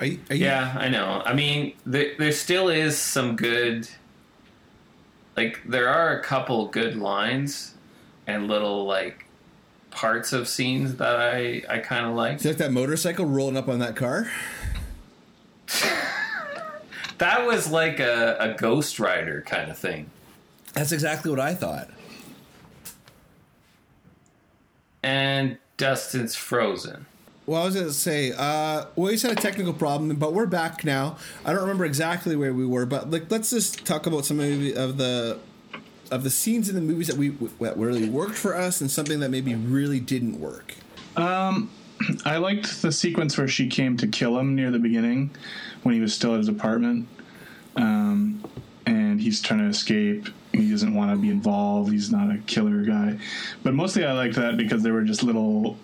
[SPEAKER 1] Are you, are you,
[SPEAKER 3] Yeah, I know. I mean, there, there still is some good. Like, there are a couple good lines and little, like, parts of scenes that I, I kind of like.
[SPEAKER 1] Is that that motorcycle rolling up on that car?
[SPEAKER 3] That was like a, a Ghost Rider kind of thing.
[SPEAKER 1] That's exactly what I thought.
[SPEAKER 3] And Dustin's frozen.
[SPEAKER 1] Well, I was gonna say, uh, we just had a technical problem, but we're back now. I don't remember exactly where we were, but like, let's just talk about some of the of the, of the scenes in the movies that we that really worked for us, and something that maybe really didn't work.
[SPEAKER 2] Um, I liked the sequence where she came to kill him near the beginning when he was still at his apartment. Um, and he's trying to escape. He doesn't want to be involved. He's not a killer guy. But mostly I liked that because there were just little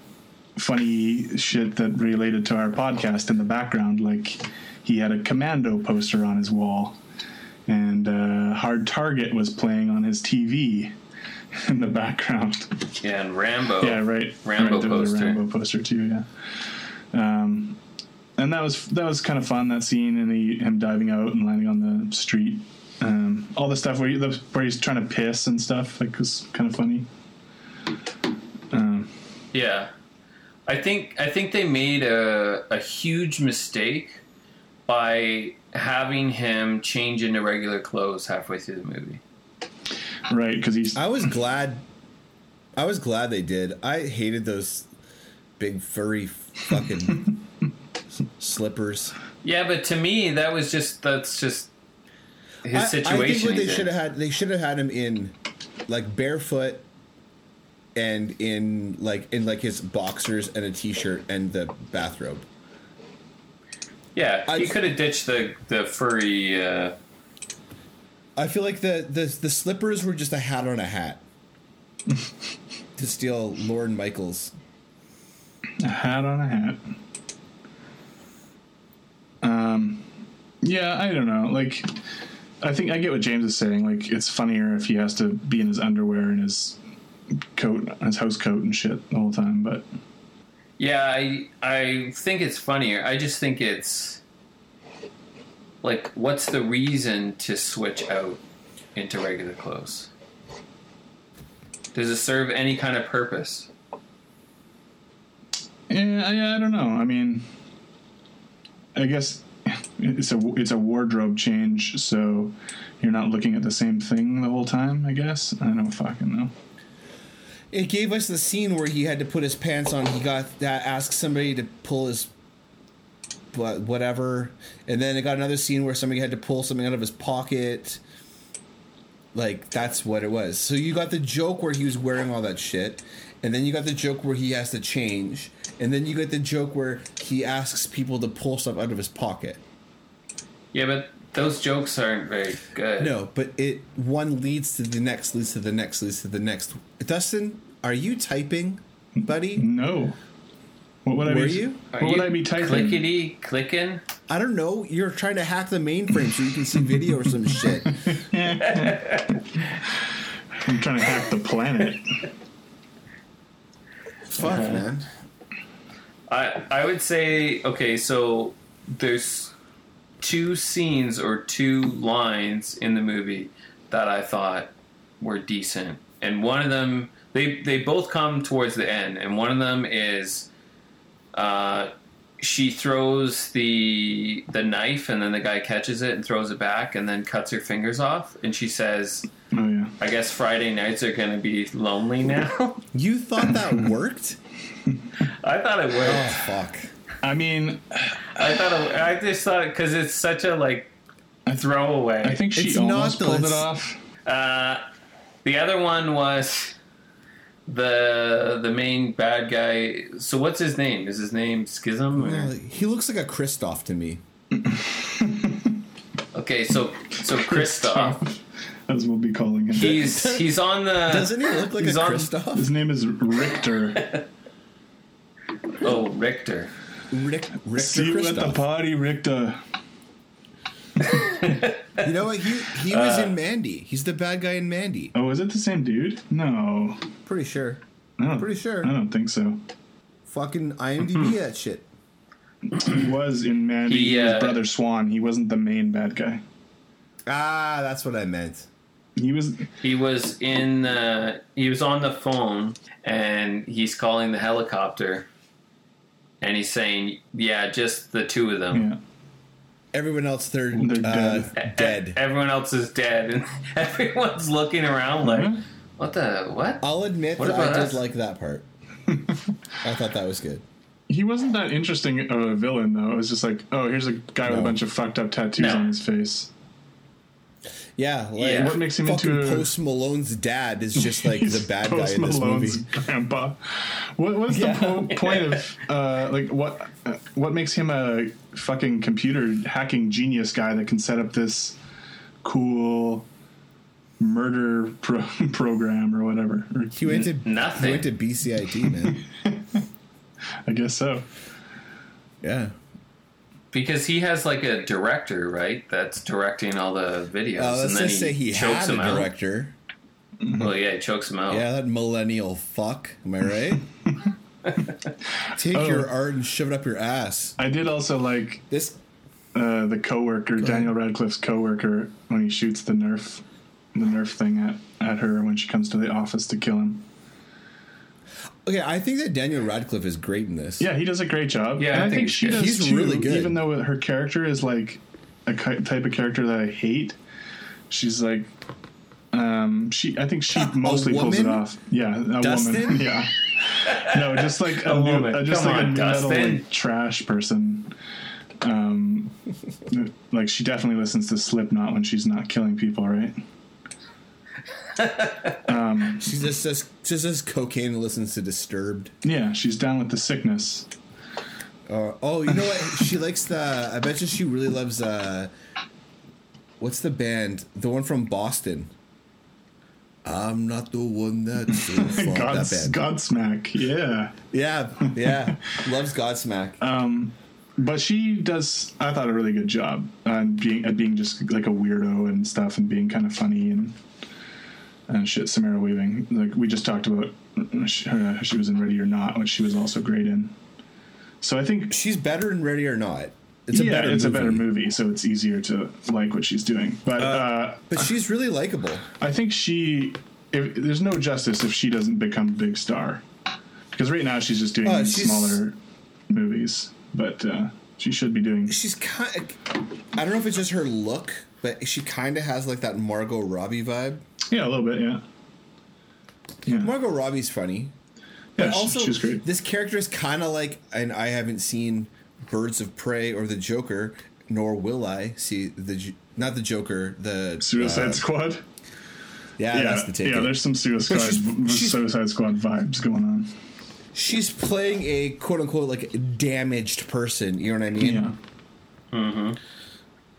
[SPEAKER 2] funny shit that related to our podcast in the background. Like he had a commando poster on his wall, and uh, Hard Target was playing on his TV in the background.
[SPEAKER 3] And Rambo.
[SPEAKER 2] Yeah, right.
[SPEAKER 3] Rambo
[SPEAKER 2] right, there was a
[SPEAKER 3] poster.
[SPEAKER 2] Rambo poster too. Yeah. Um, and that was that was kind of fun that scene and he, him diving out and landing on the street. Um, all the stuff where, he, the, where he's trying to piss and stuff like was kind of funny. Um,
[SPEAKER 3] Yeah, I think I think they made a a huge mistake by having him change into regular clothes halfway through the movie.
[SPEAKER 2] right, because he's
[SPEAKER 1] I was glad. I was glad they did. I hated those big furry fucking slippers.
[SPEAKER 3] Yeah, but to me, that was just that's just his
[SPEAKER 1] I-
[SPEAKER 3] situation.
[SPEAKER 1] I, think what they
[SPEAKER 3] he's in.
[SPEAKER 1] should have had they should have had him in like barefoot and in like in like his boxers and a t-shirt and the bathrobe.
[SPEAKER 3] Yeah, he could have ditched the the furry. Uh,
[SPEAKER 1] I feel like the, the the slippers were just a hat on a hat. to steal Lorne Michaels.
[SPEAKER 2] A hat on a hat. Um, yeah, I don't know. Like, I think I get what James is saying. Like, it's funnier if he has to be in his underwear and his coat, his house coat and shit the whole time. But
[SPEAKER 3] yeah, I I think it's funnier. I just think it's like, what's the reason to switch out into regular clothes? Does it serve any kind of purpose?
[SPEAKER 2] yeah, I, I don't know. I mean, I guess it's a it's a wardrobe change, so you're not looking at the same thing the whole time. I guess I don't fucking know.
[SPEAKER 1] It gave us the scene where he had to put his pants on. He got that asked somebody to pull his what- whatever, and then it got another scene where somebody had to pull something out of his pocket. Like that's what it was. So you got the joke where he was wearing all that shit, and then you got the joke where he has to change, and then you get the joke where he asks people to pull stuff out of his pocket.
[SPEAKER 3] Yeah, but those jokes aren't very good.
[SPEAKER 1] No, but it one leads to the next, leads to the next, leads to the next. Dustin, are you typing, buddy?
[SPEAKER 2] No. What would I
[SPEAKER 1] Were
[SPEAKER 2] be-
[SPEAKER 1] you?
[SPEAKER 2] what Are would you I be typing?
[SPEAKER 3] Clickety clicking.
[SPEAKER 1] I don't know. You're trying to hack the mainframe so you can see video or some shit.
[SPEAKER 2] I'm trying to hack the planet.
[SPEAKER 1] Fuck, man.
[SPEAKER 3] I I would say okay, so there's two scenes or two lines in the movie that I thought were decent. And one of them they they both come towards the end and one of them is uh she throws the the knife and then the guy catches it and throws it back and then cuts her fingers off and she says
[SPEAKER 2] Oh yeah.
[SPEAKER 3] I guess Friday nights are going to be lonely now.
[SPEAKER 1] You thought that worked?
[SPEAKER 3] I thought it worked.
[SPEAKER 1] Oh fuck.
[SPEAKER 2] I mean,
[SPEAKER 3] I thought it, I just thought because it's such a like throwaway.
[SPEAKER 2] I think she
[SPEAKER 3] It's not
[SPEAKER 2] almost
[SPEAKER 3] the-
[SPEAKER 2] pulled it
[SPEAKER 3] it's-
[SPEAKER 2] off.
[SPEAKER 3] Uh, the other one was the the main bad guy. So what's his name? Is his name Schism? Or?
[SPEAKER 1] Well, Uh, he looks like a Kristoff to me.
[SPEAKER 3] Okay, so so Kristoff.
[SPEAKER 2] As we'll be calling him.
[SPEAKER 3] He's he's on the.
[SPEAKER 1] Doesn't he look like
[SPEAKER 3] he's
[SPEAKER 1] a
[SPEAKER 3] on-
[SPEAKER 1] Kristoff?
[SPEAKER 2] His name is Richter.
[SPEAKER 3] Oh, Richter.
[SPEAKER 1] Rick, Richter
[SPEAKER 2] See you at the
[SPEAKER 1] Kristoff.
[SPEAKER 2] party, Richter.
[SPEAKER 1] You know what? He he was
[SPEAKER 2] Uh,
[SPEAKER 1] in Mandy. He's the bad guy in Mandy.
[SPEAKER 2] Oh, is it the same dude? No.
[SPEAKER 1] Pretty sure.
[SPEAKER 2] I don't,
[SPEAKER 1] Pretty sure.
[SPEAKER 2] I don't think so.
[SPEAKER 1] Fucking IMDb that shit.
[SPEAKER 2] He was in Mandy.
[SPEAKER 1] He,
[SPEAKER 2] He, was
[SPEAKER 1] uh,
[SPEAKER 2] Brother Swan. He wasn't the main bad guy.
[SPEAKER 1] Ah, that's what I meant.
[SPEAKER 2] He was
[SPEAKER 3] He was in. Uh, he was on the phone, and he's calling the helicopter, and he's saying, "Yeah, just the two of them.
[SPEAKER 1] Everyone else, they're, uh,
[SPEAKER 3] dead. E-, Everyone else is dead, and everyone's looking around like, "What the what?"
[SPEAKER 1] Mm-hmm. I'll admit
[SPEAKER 3] What
[SPEAKER 1] that
[SPEAKER 3] about
[SPEAKER 1] I did
[SPEAKER 3] us?
[SPEAKER 1] like that part. I thought that was good.
[SPEAKER 2] He wasn't that interesting of a villain, though. It was just like, oh, here's a guy with a bunch of fucked up tattoos on his face.
[SPEAKER 1] Yeah, like
[SPEAKER 2] Yeah. What makes him
[SPEAKER 1] fucking
[SPEAKER 2] into a-
[SPEAKER 1] Post Malone's dad is just like the bad guy
[SPEAKER 2] Post
[SPEAKER 1] in this
[SPEAKER 2] Malone's
[SPEAKER 1] movie.
[SPEAKER 2] grandpa. What, what's
[SPEAKER 1] Yeah.
[SPEAKER 2] the po- point of uh, like what uh, what makes him a fucking computer hacking genius guy that can set up this cool murder pro- program or whatever? Or,
[SPEAKER 1] He went to He went to BCIT, man.
[SPEAKER 2] I guess so.
[SPEAKER 1] Yeah.
[SPEAKER 3] Because he has like a director, right? That's directing all the videos,
[SPEAKER 1] Uh, let's
[SPEAKER 3] and then
[SPEAKER 1] just
[SPEAKER 3] he
[SPEAKER 1] say he
[SPEAKER 3] chokes
[SPEAKER 1] had a
[SPEAKER 3] him out. Oh.
[SPEAKER 1] director.
[SPEAKER 3] Well, yeah, he chokes him out.
[SPEAKER 1] Yeah, that millennial fuck. Am I right? Take
[SPEAKER 2] Oh.
[SPEAKER 1] your art and shove it up your ass.
[SPEAKER 2] I did also like
[SPEAKER 1] this
[SPEAKER 2] uh, the coworker Daniel Radcliffe's coworker when he shoots the nerf the nerf thing at at her when she comes to the office to kill him.
[SPEAKER 1] Okay, I think that Daniel Radcliffe is great in this.
[SPEAKER 2] Yeah, he does a great job.
[SPEAKER 1] Yeah,
[SPEAKER 2] and
[SPEAKER 1] I
[SPEAKER 2] I,
[SPEAKER 1] think
[SPEAKER 2] think,
[SPEAKER 1] he's
[SPEAKER 2] she
[SPEAKER 1] good.
[SPEAKER 2] does
[SPEAKER 1] He's
[SPEAKER 2] too.
[SPEAKER 1] really good.
[SPEAKER 2] Even though her character is like a ki- type of character that I hate, she's like, um, she. I think she mostly pulls it
[SPEAKER 1] woman?
[SPEAKER 2] off. Yeah, a
[SPEAKER 1] Dustin?
[SPEAKER 2] woman. Yeah. No, just like a,
[SPEAKER 1] A
[SPEAKER 2] new,
[SPEAKER 1] woman.
[SPEAKER 2] uh, just
[SPEAKER 1] Come
[SPEAKER 2] like
[SPEAKER 1] on,
[SPEAKER 2] a new metal
[SPEAKER 1] Dustin.
[SPEAKER 2] like, trash person. Um, like she definitely listens to Slipknot when she's not killing people, right?
[SPEAKER 1] Um, she just says, just says cocaine and listens to Disturbed.
[SPEAKER 2] Yeah, she's down with the sickness.
[SPEAKER 1] Uh, oh, you know what? she likes the. I bet you she really loves. Uh, what's the band? The one from Boston. I'm not the one that's so far.
[SPEAKER 2] God's,
[SPEAKER 1] that band.
[SPEAKER 2] Godsmack, yeah,
[SPEAKER 1] yeah, yeah. Loves Godsmack.
[SPEAKER 2] Um, but she does. I thought a really good job on being at being just like a weirdo and stuff, and being kind of funny and and shit. Samara Weaving, like we just talked about, she, uh, she was in Ready or Not, which she was also great in. So I think
[SPEAKER 1] she's better in Ready or Not.
[SPEAKER 2] It's yeah, it's a better movie, so it's easier to like what she's doing. But uh, uh,
[SPEAKER 1] but she's really likable.
[SPEAKER 2] I think she. If, there's no justice if she doesn't become a big star, because right now she's just doing
[SPEAKER 1] Uh, she's-
[SPEAKER 2] smaller movies. But uh, she should be doing.
[SPEAKER 1] She's kind. I don't know if it's just her look, but she kind of has like that Margot Robbie vibe.
[SPEAKER 2] Yeah, a little bit. Yeah.
[SPEAKER 1] Margot Robbie's funny.
[SPEAKER 2] Yeah,
[SPEAKER 1] but
[SPEAKER 2] she-
[SPEAKER 1] also,
[SPEAKER 2] she's great.
[SPEAKER 1] this character is kind of like, and I haven't seen Birds of Prey or The Joker, nor will I see the J- not the Joker, the
[SPEAKER 2] Suicide
[SPEAKER 1] uh,
[SPEAKER 2] Squad.
[SPEAKER 1] Yeah, that's the ticket.
[SPEAKER 2] yeah. There's some Suicide
[SPEAKER 1] But she's-
[SPEAKER 2] Squad,
[SPEAKER 1] she's-
[SPEAKER 2] Suicide Squad vibes going on.
[SPEAKER 1] She's playing a quote unquote like damaged person. You know what I mean?
[SPEAKER 2] Yeah.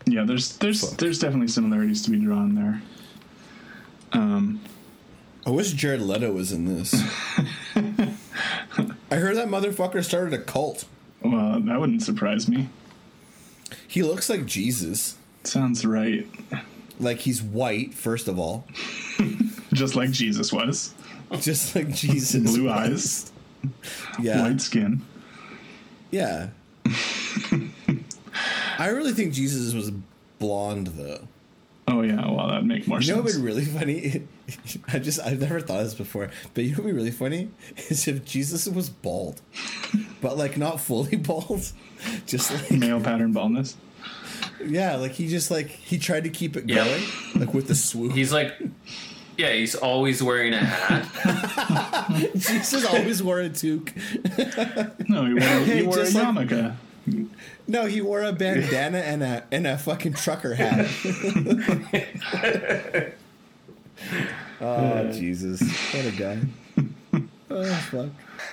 [SPEAKER 2] Yeah, there's there's there's definitely similarities to be drawn there. Um,
[SPEAKER 1] I wish Jared Leto was in this. I heard that motherfucker started a cult.
[SPEAKER 2] Well, that wouldn't surprise me.
[SPEAKER 1] He looks like Jesus.
[SPEAKER 2] Sounds right.
[SPEAKER 1] Like he's white, first of all.
[SPEAKER 2] Just like Jesus was.
[SPEAKER 1] Just like Jesus.
[SPEAKER 2] Blue
[SPEAKER 1] was.
[SPEAKER 2] eyes,
[SPEAKER 1] Yeah.
[SPEAKER 2] white skin.
[SPEAKER 1] Yeah. I really think Jesus was blonde though.
[SPEAKER 2] Oh yeah, well that'd make more
[SPEAKER 1] You know what would
[SPEAKER 2] sense.
[SPEAKER 1] be really funny? I just I've never thought of this before, but you know what would be really funny is if Jesus was bald, but like not fully bald, just like
[SPEAKER 2] Male pattern baldness.
[SPEAKER 1] yeah, like he just like he tried to keep it
[SPEAKER 3] Yeah.
[SPEAKER 1] going, like with the swoop.
[SPEAKER 3] He's like, yeah, he's always wearing a hat.
[SPEAKER 1] Jesus always wore a toque.
[SPEAKER 2] No, he wore, he
[SPEAKER 1] Hey,
[SPEAKER 2] wore a
[SPEAKER 1] just like-
[SPEAKER 2] yarmulke.
[SPEAKER 1] No, he wore a bandana and a and a fucking trucker hat. oh Jesus! What a guy. Oh fuck.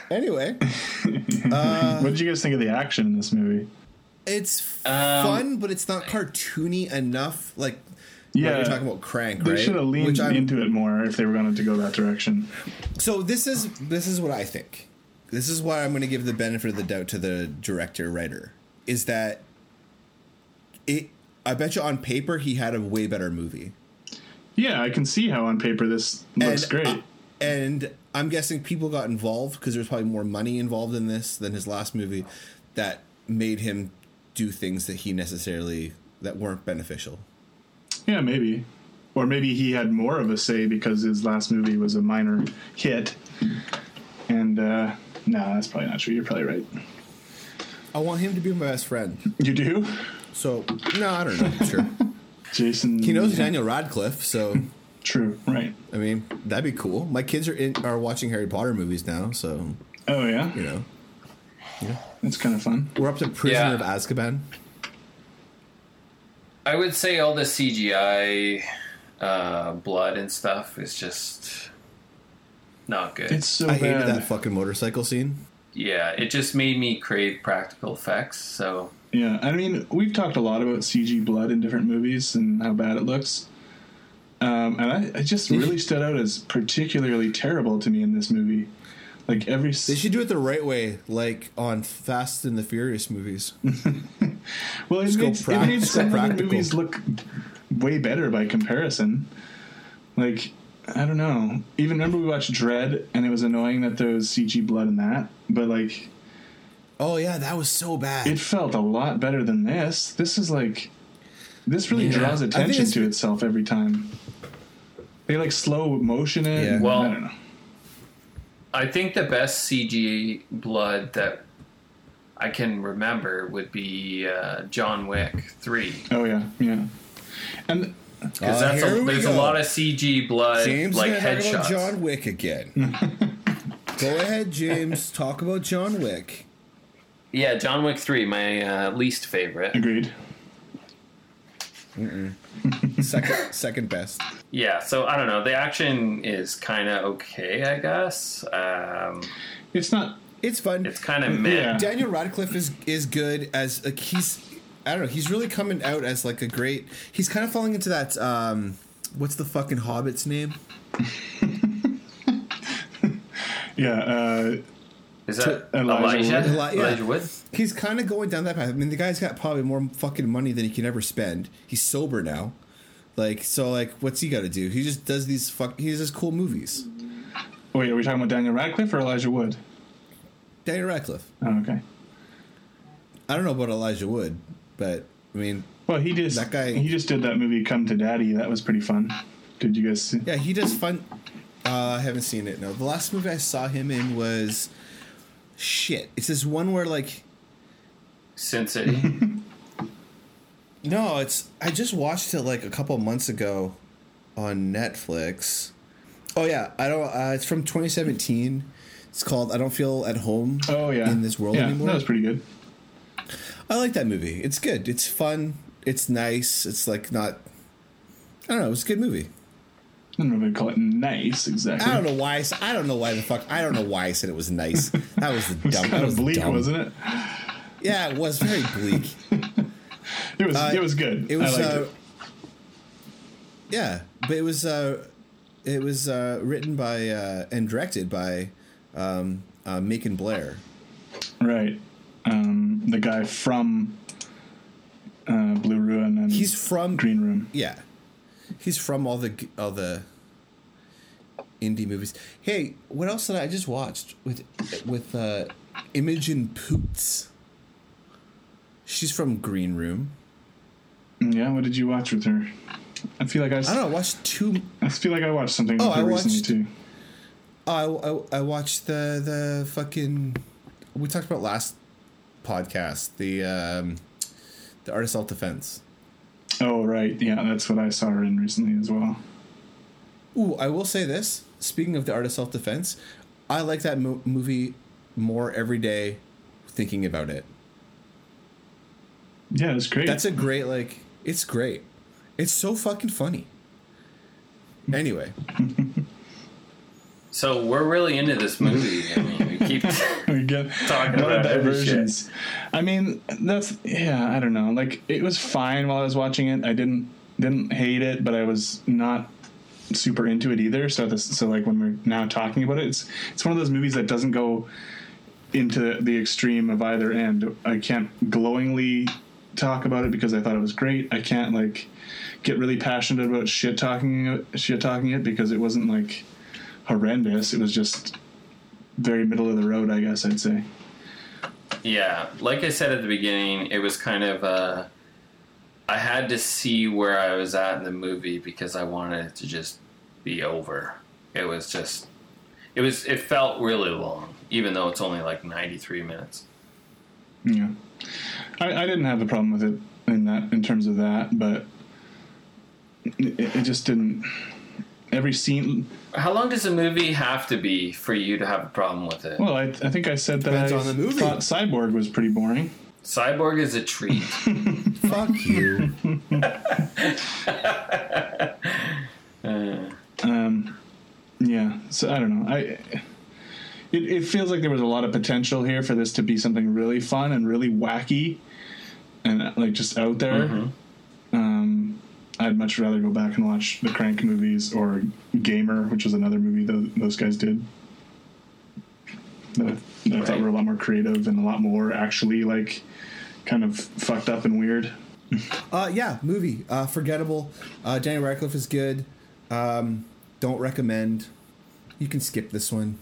[SPEAKER 1] Anyway,
[SPEAKER 2] what did you guys think of the action in this movie?
[SPEAKER 1] it's
[SPEAKER 2] Um,
[SPEAKER 1] fun, but it's not cartoony enough. Like yeah,
[SPEAKER 2] Yeah.
[SPEAKER 1] you're talking about crank,
[SPEAKER 2] They
[SPEAKER 1] right?
[SPEAKER 2] should have leaned
[SPEAKER 1] Which I'm-
[SPEAKER 2] into it more if they were going to go that direction.
[SPEAKER 1] So this is this is what I think. This is why I'm going to give the benefit of the doubt to the director writer is that it. I bet you on paper he had a way better movie.
[SPEAKER 2] Yeah, I can see how on paper this looks
[SPEAKER 1] And,
[SPEAKER 2] great.
[SPEAKER 1] uh, and I'm guessing people got involved because there's probably more money involved in this than his last movie that made him do things that he necessarily that weren't beneficial.
[SPEAKER 2] yeah, maybe. Or maybe he had more of a say because his last movie was a minor hit. And uh, no, that's probably not true. You're probably right.
[SPEAKER 1] I want him to be my best friend.
[SPEAKER 2] You do?
[SPEAKER 1] So no, I don't know. Sure,
[SPEAKER 2] Jason.
[SPEAKER 1] he knows Daniel Radcliffe, so
[SPEAKER 2] True, right.
[SPEAKER 1] I mean that'd be cool. My kids are in are watching Harry Potter movies now, so
[SPEAKER 2] Oh, yeah?
[SPEAKER 1] you know
[SPEAKER 2] That's kind of fun.
[SPEAKER 1] we're up to Prisoner
[SPEAKER 3] Yeah.
[SPEAKER 1] of Azkaban.
[SPEAKER 3] I would say all the CGI uh, blood and stuff is just not good.
[SPEAKER 2] It's so
[SPEAKER 1] I hated
[SPEAKER 2] bad.
[SPEAKER 1] that fucking motorcycle scene.
[SPEAKER 3] yeah, it just made me crave practical effects. So
[SPEAKER 2] Yeah, I mean, we've talked a lot about CG blood in different movies and how bad it looks. Um, and I, it just really stood out as particularly terrible to me in this movie. Like every s-
[SPEAKER 1] They should do it the right way, like on Fast and the Furious movies.
[SPEAKER 2] well, it
[SPEAKER 1] just go
[SPEAKER 2] made, it
[SPEAKER 1] prac-
[SPEAKER 2] made
[SPEAKER 1] just go
[SPEAKER 2] some of the
[SPEAKER 1] practical.
[SPEAKER 2] movies look way better by comparison. Like I don't know. Even remember we watched Dread, and it was annoying that there was CG blood in that. But like,
[SPEAKER 1] Oh yeah, that was so bad.
[SPEAKER 2] it felt a lot better than this. This is like this really
[SPEAKER 3] Yeah.
[SPEAKER 2] draws
[SPEAKER 3] I
[SPEAKER 1] think
[SPEAKER 2] attention
[SPEAKER 1] it's
[SPEAKER 2] to
[SPEAKER 1] be-
[SPEAKER 2] itself every time. They like slow motion it.
[SPEAKER 1] Yeah.
[SPEAKER 2] and
[SPEAKER 3] Well-
[SPEAKER 2] I don't know.
[SPEAKER 3] I think the best CG blood that I can remember would be uh, John Wick three.
[SPEAKER 2] Oh yeah, yeah. And
[SPEAKER 3] Because
[SPEAKER 1] Uh,
[SPEAKER 3] that's
[SPEAKER 1] here
[SPEAKER 3] a,
[SPEAKER 1] we
[SPEAKER 3] there's a
[SPEAKER 1] go.
[SPEAKER 3] lot of CG blood,
[SPEAKER 1] James
[SPEAKER 3] like
[SPEAKER 1] is gonna talk about
[SPEAKER 3] headshots.
[SPEAKER 1] John Wick again. Go ahead, James. Talk about John Wick.
[SPEAKER 3] Yeah, John Wick three, my uh, least favorite.
[SPEAKER 2] agreed.
[SPEAKER 1] Second, second best.
[SPEAKER 3] Yeah, so I don't know. The action is kind of okay, I guess. Um,
[SPEAKER 2] It's not
[SPEAKER 1] It's fun.
[SPEAKER 3] It's kind of meh. Yeah.
[SPEAKER 1] Daniel Radcliffe is is good as like he's I don't know he's really coming out as like a great. He's kind of falling into that um what's the fucking Hobbit's name?
[SPEAKER 2] yeah. Uh,
[SPEAKER 3] is that Elijah?
[SPEAKER 1] Wood? Eli- yeah.
[SPEAKER 3] Elijah Wood?
[SPEAKER 1] He's kind of going down that path. I mean, the guy's got probably more fucking money than he can ever spend. He's sober now. Like so, like what's he got to do? He just does these fuck. He does cool movies.
[SPEAKER 2] Wait, are oh, we talking about Daniel Radcliffe or Elijah Wood?
[SPEAKER 1] Daniel Radcliffe.
[SPEAKER 2] Oh, okay.
[SPEAKER 1] I don't know about Elijah Wood, but I mean,
[SPEAKER 2] well, he did
[SPEAKER 1] that guy.
[SPEAKER 2] He just did that movie "Come to Daddy." That was pretty fun. Did you guys see?
[SPEAKER 1] Yeah, he does fun. Uh, I haven't seen it. No, the last movie I saw him in was shit. It's this one where like
[SPEAKER 3] Sin City.
[SPEAKER 1] No, it's I just watched it like a couple months ago on Netflix. Oh yeah, I don't. Uh, it's from 2017. It's called "I Don't Feel at Home."
[SPEAKER 2] Oh yeah,
[SPEAKER 1] in this world
[SPEAKER 2] yeah,
[SPEAKER 1] anymore.
[SPEAKER 2] That was pretty good.
[SPEAKER 1] I like that movie. It's good. It's fun. It's nice. It's like not. I don't know. It's a good movie.
[SPEAKER 2] I don't know if I'd call it nice exactly.
[SPEAKER 1] I don't know why. I, s- I don't know why the fuck. I don't know why I said it was nice. That was the dumb. that
[SPEAKER 2] It was kind
[SPEAKER 1] was
[SPEAKER 2] of bleak,
[SPEAKER 1] dumb.
[SPEAKER 2] wasn't it?
[SPEAKER 1] Yeah, it was very bleak.
[SPEAKER 2] It was.
[SPEAKER 1] Uh,
[SPEAKER 2] it was good.
[SPEAKER 1] It was.
[SPEAKER 2] I liked
[SPEAKER 1] uh,
[SPEAKER 2] it.
[SPEAKER 1] Yeah, but it was. Uh, it was uh, written by uh, and directed by um, uh, Macon Blair.
[SPEAKER 2] Right. Um, the guy from uh, Blue Ruin and
[SPEAKER 1] He's from
[SPEAKER 2] Green Room.
[SPEAKER 1] Yeah, he's from all the g- all the indie movies. Hey, what else did I I just watched with with uh, Imogen Poots? She's from Green Room.
[SPEAKER 2] Yeah. What did you watch with her? I feel like I. s-
[SPEAKER 1] I don't know. I watched two.
[SPEAKER 2] I feel like I watched something
[SPEAKER 1] Oh,
[SPEAKER 2] with her
[SPEAKER 1] I
[SPEAKER 2] recently
[SPEAKER 1] watched-
[SPEAKER 2] too.
[SPEAKER 1] Oh, I, I, I watched the the fucking we talked about last podcast the um, the art of self defense.
[SPEAKER 2] Oh right. Yeah, that's what I saw her in recently as well.
[SPEAKER 1] Ooh, I will say this. Speaking of the art of self defense, I like that mo- movie more every day. Thinking about it,
[SPEAKER 2] Yeah, it's great.
[SPEAKER 1] that's a great like. It's great. It's so fucking funny. Anyway,
[SPEAKER 3] So we're really into this movie. I mean, we keep.
[SPEAKER 2] we get
[SPEAKER 3] Talking
[SPEAKER 2] what a
[SPEAKER 3] about every
[SPEAKER 2] divergence. I mean, that's yeah. I don't know. Like it was fine while I was watching it. I didn't didn't hate it, but I was not super into it either. So this so like when we're now talking about it, it's it's one of those movies that doesn't go into the extreme of either end. I can't glowingly talk about it because I thought it was great. I can't like get really passionate about shit talking shit talking it because it wasn't like horrendous. It was just very middle of the road, I guess I'd say.
[SPEAKER 3] Yeah, like I said at the beginning, it was kind of uh, I had to see where I was at in the movie because I wanted it to just be over. It was just, it was, it felt really long, even though it's only like ninety three minutes.
[SPEAKER 2] Yeah, I, I didn't have a problem with it in that in terms of that, but it, it just didn't. Every scene.
[SPEAKER 3] How long does a movie have to be for you to have a problem with it?
[SPEAKER 2] Well, I, I think I said that
[SPEAKER 1] Depends
[SPEAKER 2] I
[SPEAKER 1] on the movie.
[SPEAKER 2] thought Cyborg was pretty boring.
[SPEAKER 3] Cyborg is a treat.
[SPEAKER 1] fuck you.
[SPEAKER 2] Yeah, so I don't know. I it, it feels like there was a lot of potential here for this to be something really fun and really wacky, and uh, like just out there. Um, I'd much rather go back and watch the Crank movies or Gamer, which was another movie those, those guys did. That, I- that I thought
[SPEAKER 3] Right.
[SPEAKER 2] were a lot more creative and a lot more actually like kind of fucked up and weird.
[SPEAKER 1] Uh, yeah, movie. Uh, forgettable. Uh, Daniel Radcliffe is good. Um, don't recommend. You can skip this one.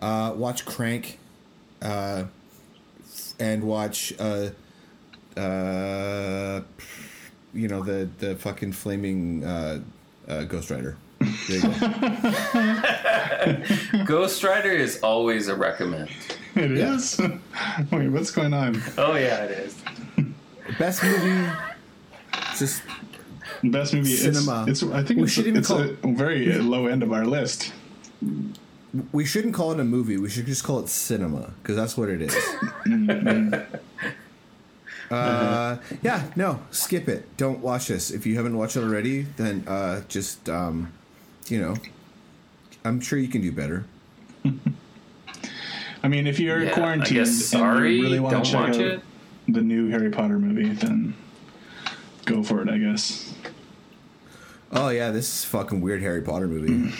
[SPEAKER 1] Uh, watch Crank. Uh, and watch, uh, uh, you know, the, the fucking flaming uh, uh, Ghost Rider. There you go.
[SPEAKER 3] Ghost Rider is always a recommend.
[SPEAKER 2] It is. Wait, what's going on?
[SPEAKER 3] Oh yeah, it is.
[SPEAKER 1] Best movie. It's Just
[SPEAKER 2] Best movie it's-
[SPEAKER 1] Cinema.
[SPEAKER 2] It's, I think
[SPEAKER 1] We
[SPEAKER 2] it's,
[SPEAKER 1] should even
[SPEAKER 2] it's
[SPEAKER 1] call
[SPEAKER 2] a very low end of our list.
[SPEAKER 1] we shouldn't call it a movie. We should just call it cinema because that's what it is.
[SPEAKER 3] Mm-hmm.
[SPEAKER 1] uh, yeah, no, skip it. Don't watch this. If you haven't watched it already, then uh, just um, you know, I'm sure you can do better.
[SPEAKER 2] I mean, if you're
[SPEAKER 3] Yeah, I
[SPEAKER 2] quarantined
[SPEAKER 3] guess sorry,
[SPEAKER 2] and you really want
[SPEAKER 3] don't
[SPEAKER 2] to check
[SPEAKER 3] watch
[SPEAKER 2] out
[SPEAKER 3] it.
[SPEAKER 2] the new Harry Potter movie, then go for it. I guess.
[SPEAKER 1] Oh yeah, this is fucking weird Harry Potter movie.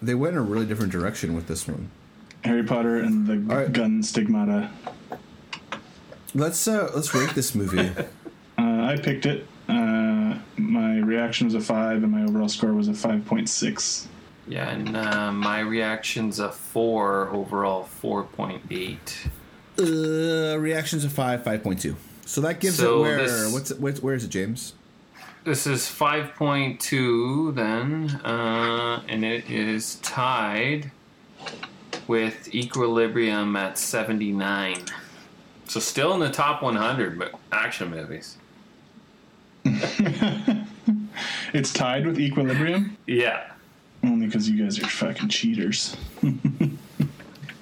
[SPEAKER 1] they went in a really different direction with this one.
[SPEAKER 2] Harry Potter and the gun stigmata.
[SPEAKER 1] Let's uh let's rate this movie.
[SPEAKER 2] Uh, I picked it. Uh, my reaction was a five, and my overall score was a five point six.
[SPEAKER 3] Yeah, and uh, my reaction's a four overall, four point eight.
[SPEAKER 1] uh, reactions of five, five point two. So that gives
[SPEAKER 3] So
[SPEAKER 1] it where?
[SPEAKER 3] this-
[SPEAKER 1] What's it, what's where is it, James?
[SPEAKER 3] This is five point two then, uh, and it is tied with Equilibrium at seventy nine. So still in the top one hundred, but action movies.
[SPEAKER 2] It's tied with Equilibrium.
[SPEAKER 3] Yeah.
[SPEAKER 2] Only because you guys are fucking cheaters.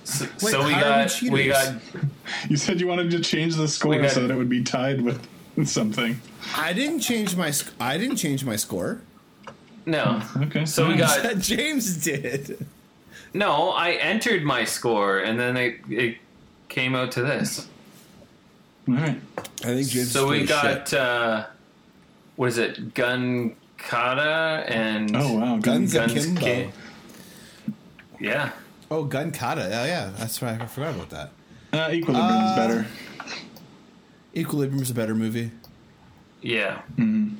[SPEAKER 3] So,
[SPEAKER 2] Wait,
[SPEAKER 3] so we
[SPEAKER 2] how are we
[SPEAKER 3] got we
[SPEAKER 2] cheaters?
[SPEAKER 3] got
[SPEAKER 2] You said you wanted to change the score
[SPEAKER 1] got-
[SPEAKER 2] so that it would be tied with something.
[SPEAKER 1] I didn't change my sc- I didn't change my score.
[SPEAKER 3] no.
[SPEAKER 2] Okay.
[SPEAKER 3] So we got
[SPEAKER 1] James did.
[SPEAKER 3] No, I entered my score, and then it, it came out to this.
[SPEAKER 2] All right.
[SPEAKER 1] I think James.
[SPEAKER 3] so
[SPEAKER 1] is full
[SPEAKER 3] we
[SPEAKER 1] of
[SPEAKER 3] got uh, what is it? Gun kata and
[SPEAKER 1] Oh, wow, Guns Akimbo.
[SPEAKER 3] Ki- yeah,
[SPEAKER 1] shit. Oh, Gun Kata. Oh yeah, that's right. I forgot about that.
[SPEAKER 2] Uh, Equilibrium is
[SPEAKER 1] Uh,
[SPEAKER 2] better.
[SPEAKER 1] Equilibrium's a better movie.
[SPEAKER 3] yeah,
[SPEAKER 1] Mm-hmm.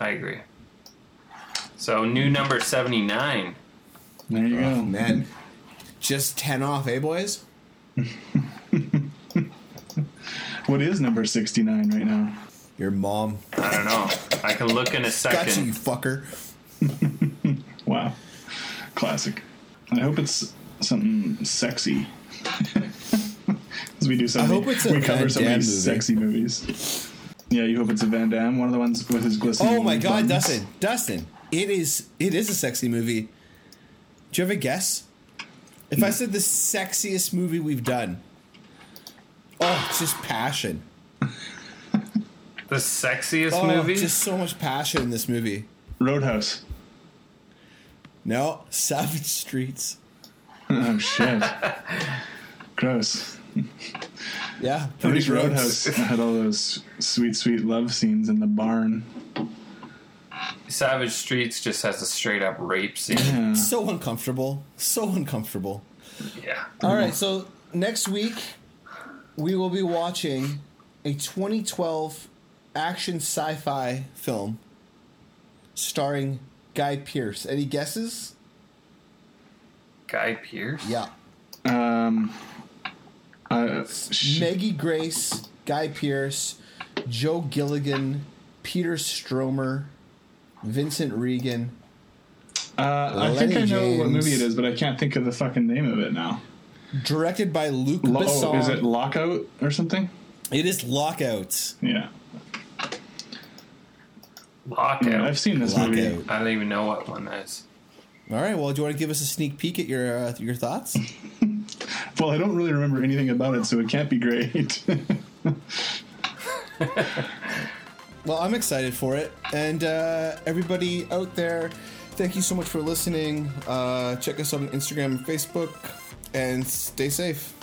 [SPEAKER 3] I agree. So new number seventy nine.
[SPEAKER 2] There you go,
[SPEAKER 1] oh, man. Just ten off, eh, boys?
[SPEAKER 2] What is number sixty nine right now?
[SPEAKER 1] Your mom.
[SPEAKER 3] I don't know. I can look in a second.
[SPEAKER 1] Gotcha, you fucker.
[SPEAKER 2] Wow, classic. I hope it's something sexy. 'Cause we do so
[SPEAKER 1] I
[SPEAKER 2] many-
[SPEAKER 1] hope it's a
[SPEAKER 2] we cover
[SPEAKER 1] Van
[SPEAKER 2] so many
[SPEAKER 1] Damme movie.
[SPEAKER 2] sexy movies. Yeah, you hope it's a Van Damme, one of the ones with his glistening.
[SPEAKER 1] Oh my god,
[SPEAKER 2] buns.
[SPEAKER 1] Dustin, Dustin, it is it is a sexy movie. Do you have a guess? If I said the sexiest movie we've done, oh, it's just passion.
[SPEAKER 3] the sexiest
[SPEAKER 1] oh,
[SPEAKER 3] movie.
[SPEAKER 1] just so much passion in this movie.
[SPEAKER 2] Roadhouse.
[SPEAKER 1] No, Savage Streets.
[SPEAKER 2] Oh shit. Gross.
[SPEAKER 1] Yeah,
[SPEAKER 2] At least
[SPEAKER 1] gross.
[SPEAKER 2] Roadhouse had all those sweet, sweet love scenes in the barn.
[SPEAKER 3] Savage Streets just has a straight up rape scene.
[SPEAKER 1] So uncomfortable. So uncomfortable.
[SPEAKER 3] Yeah.
[SPEAKER 1] All right, so next week we will be watching a 2012 action sci-fi film starring Guy Pearce. Any guesses?
[SPEAKER 3] Guy Pierce.
[SPEAKER 1] Yeah.
[SPEAKER 2] Um, uh,
[SPEAKER 1] Maggie Grace, Guy Pearce, Joe Gilligan, Peter Stromer, Vincent Regan.
[SPEAKER 2] Uh, I think I
[SPEAKER 1] Lenny
[SPEAKER 2] know what
[SPEAKER 1] James.
[SPEAKER 2] movie it is, but I can't think of the fucking name of it now.
[SPEAKER 1] Directed by Luke
[SPEAKER 2] Lo-
[SPEAKER 1] Besson.
[SPEAKER 2] oh, is it Lockout or something?
[SPEAKER 1] It is Lockouts.
[SPEAKER 2] Yeah.
[SPEAKER 3] Lockout.
[SPEAKER 2] Yeah, I've seen this movie.
[SPEAKER 1] Lockout.
[SPEAKER 3] I don't even know what one that is.
[SPEAKER 1] All right. Well, do you want to give us a sneak peek at your uh, your thoughts?
[SPEAKER 2] Well, I don't really remember anything about it, so it can't be great.
[SPEAKER 1] Well, I'm excited for it. And uh, everybody out there, thank you so much for listening. Uh, check us out on Instagram and Facebook, and stay safe.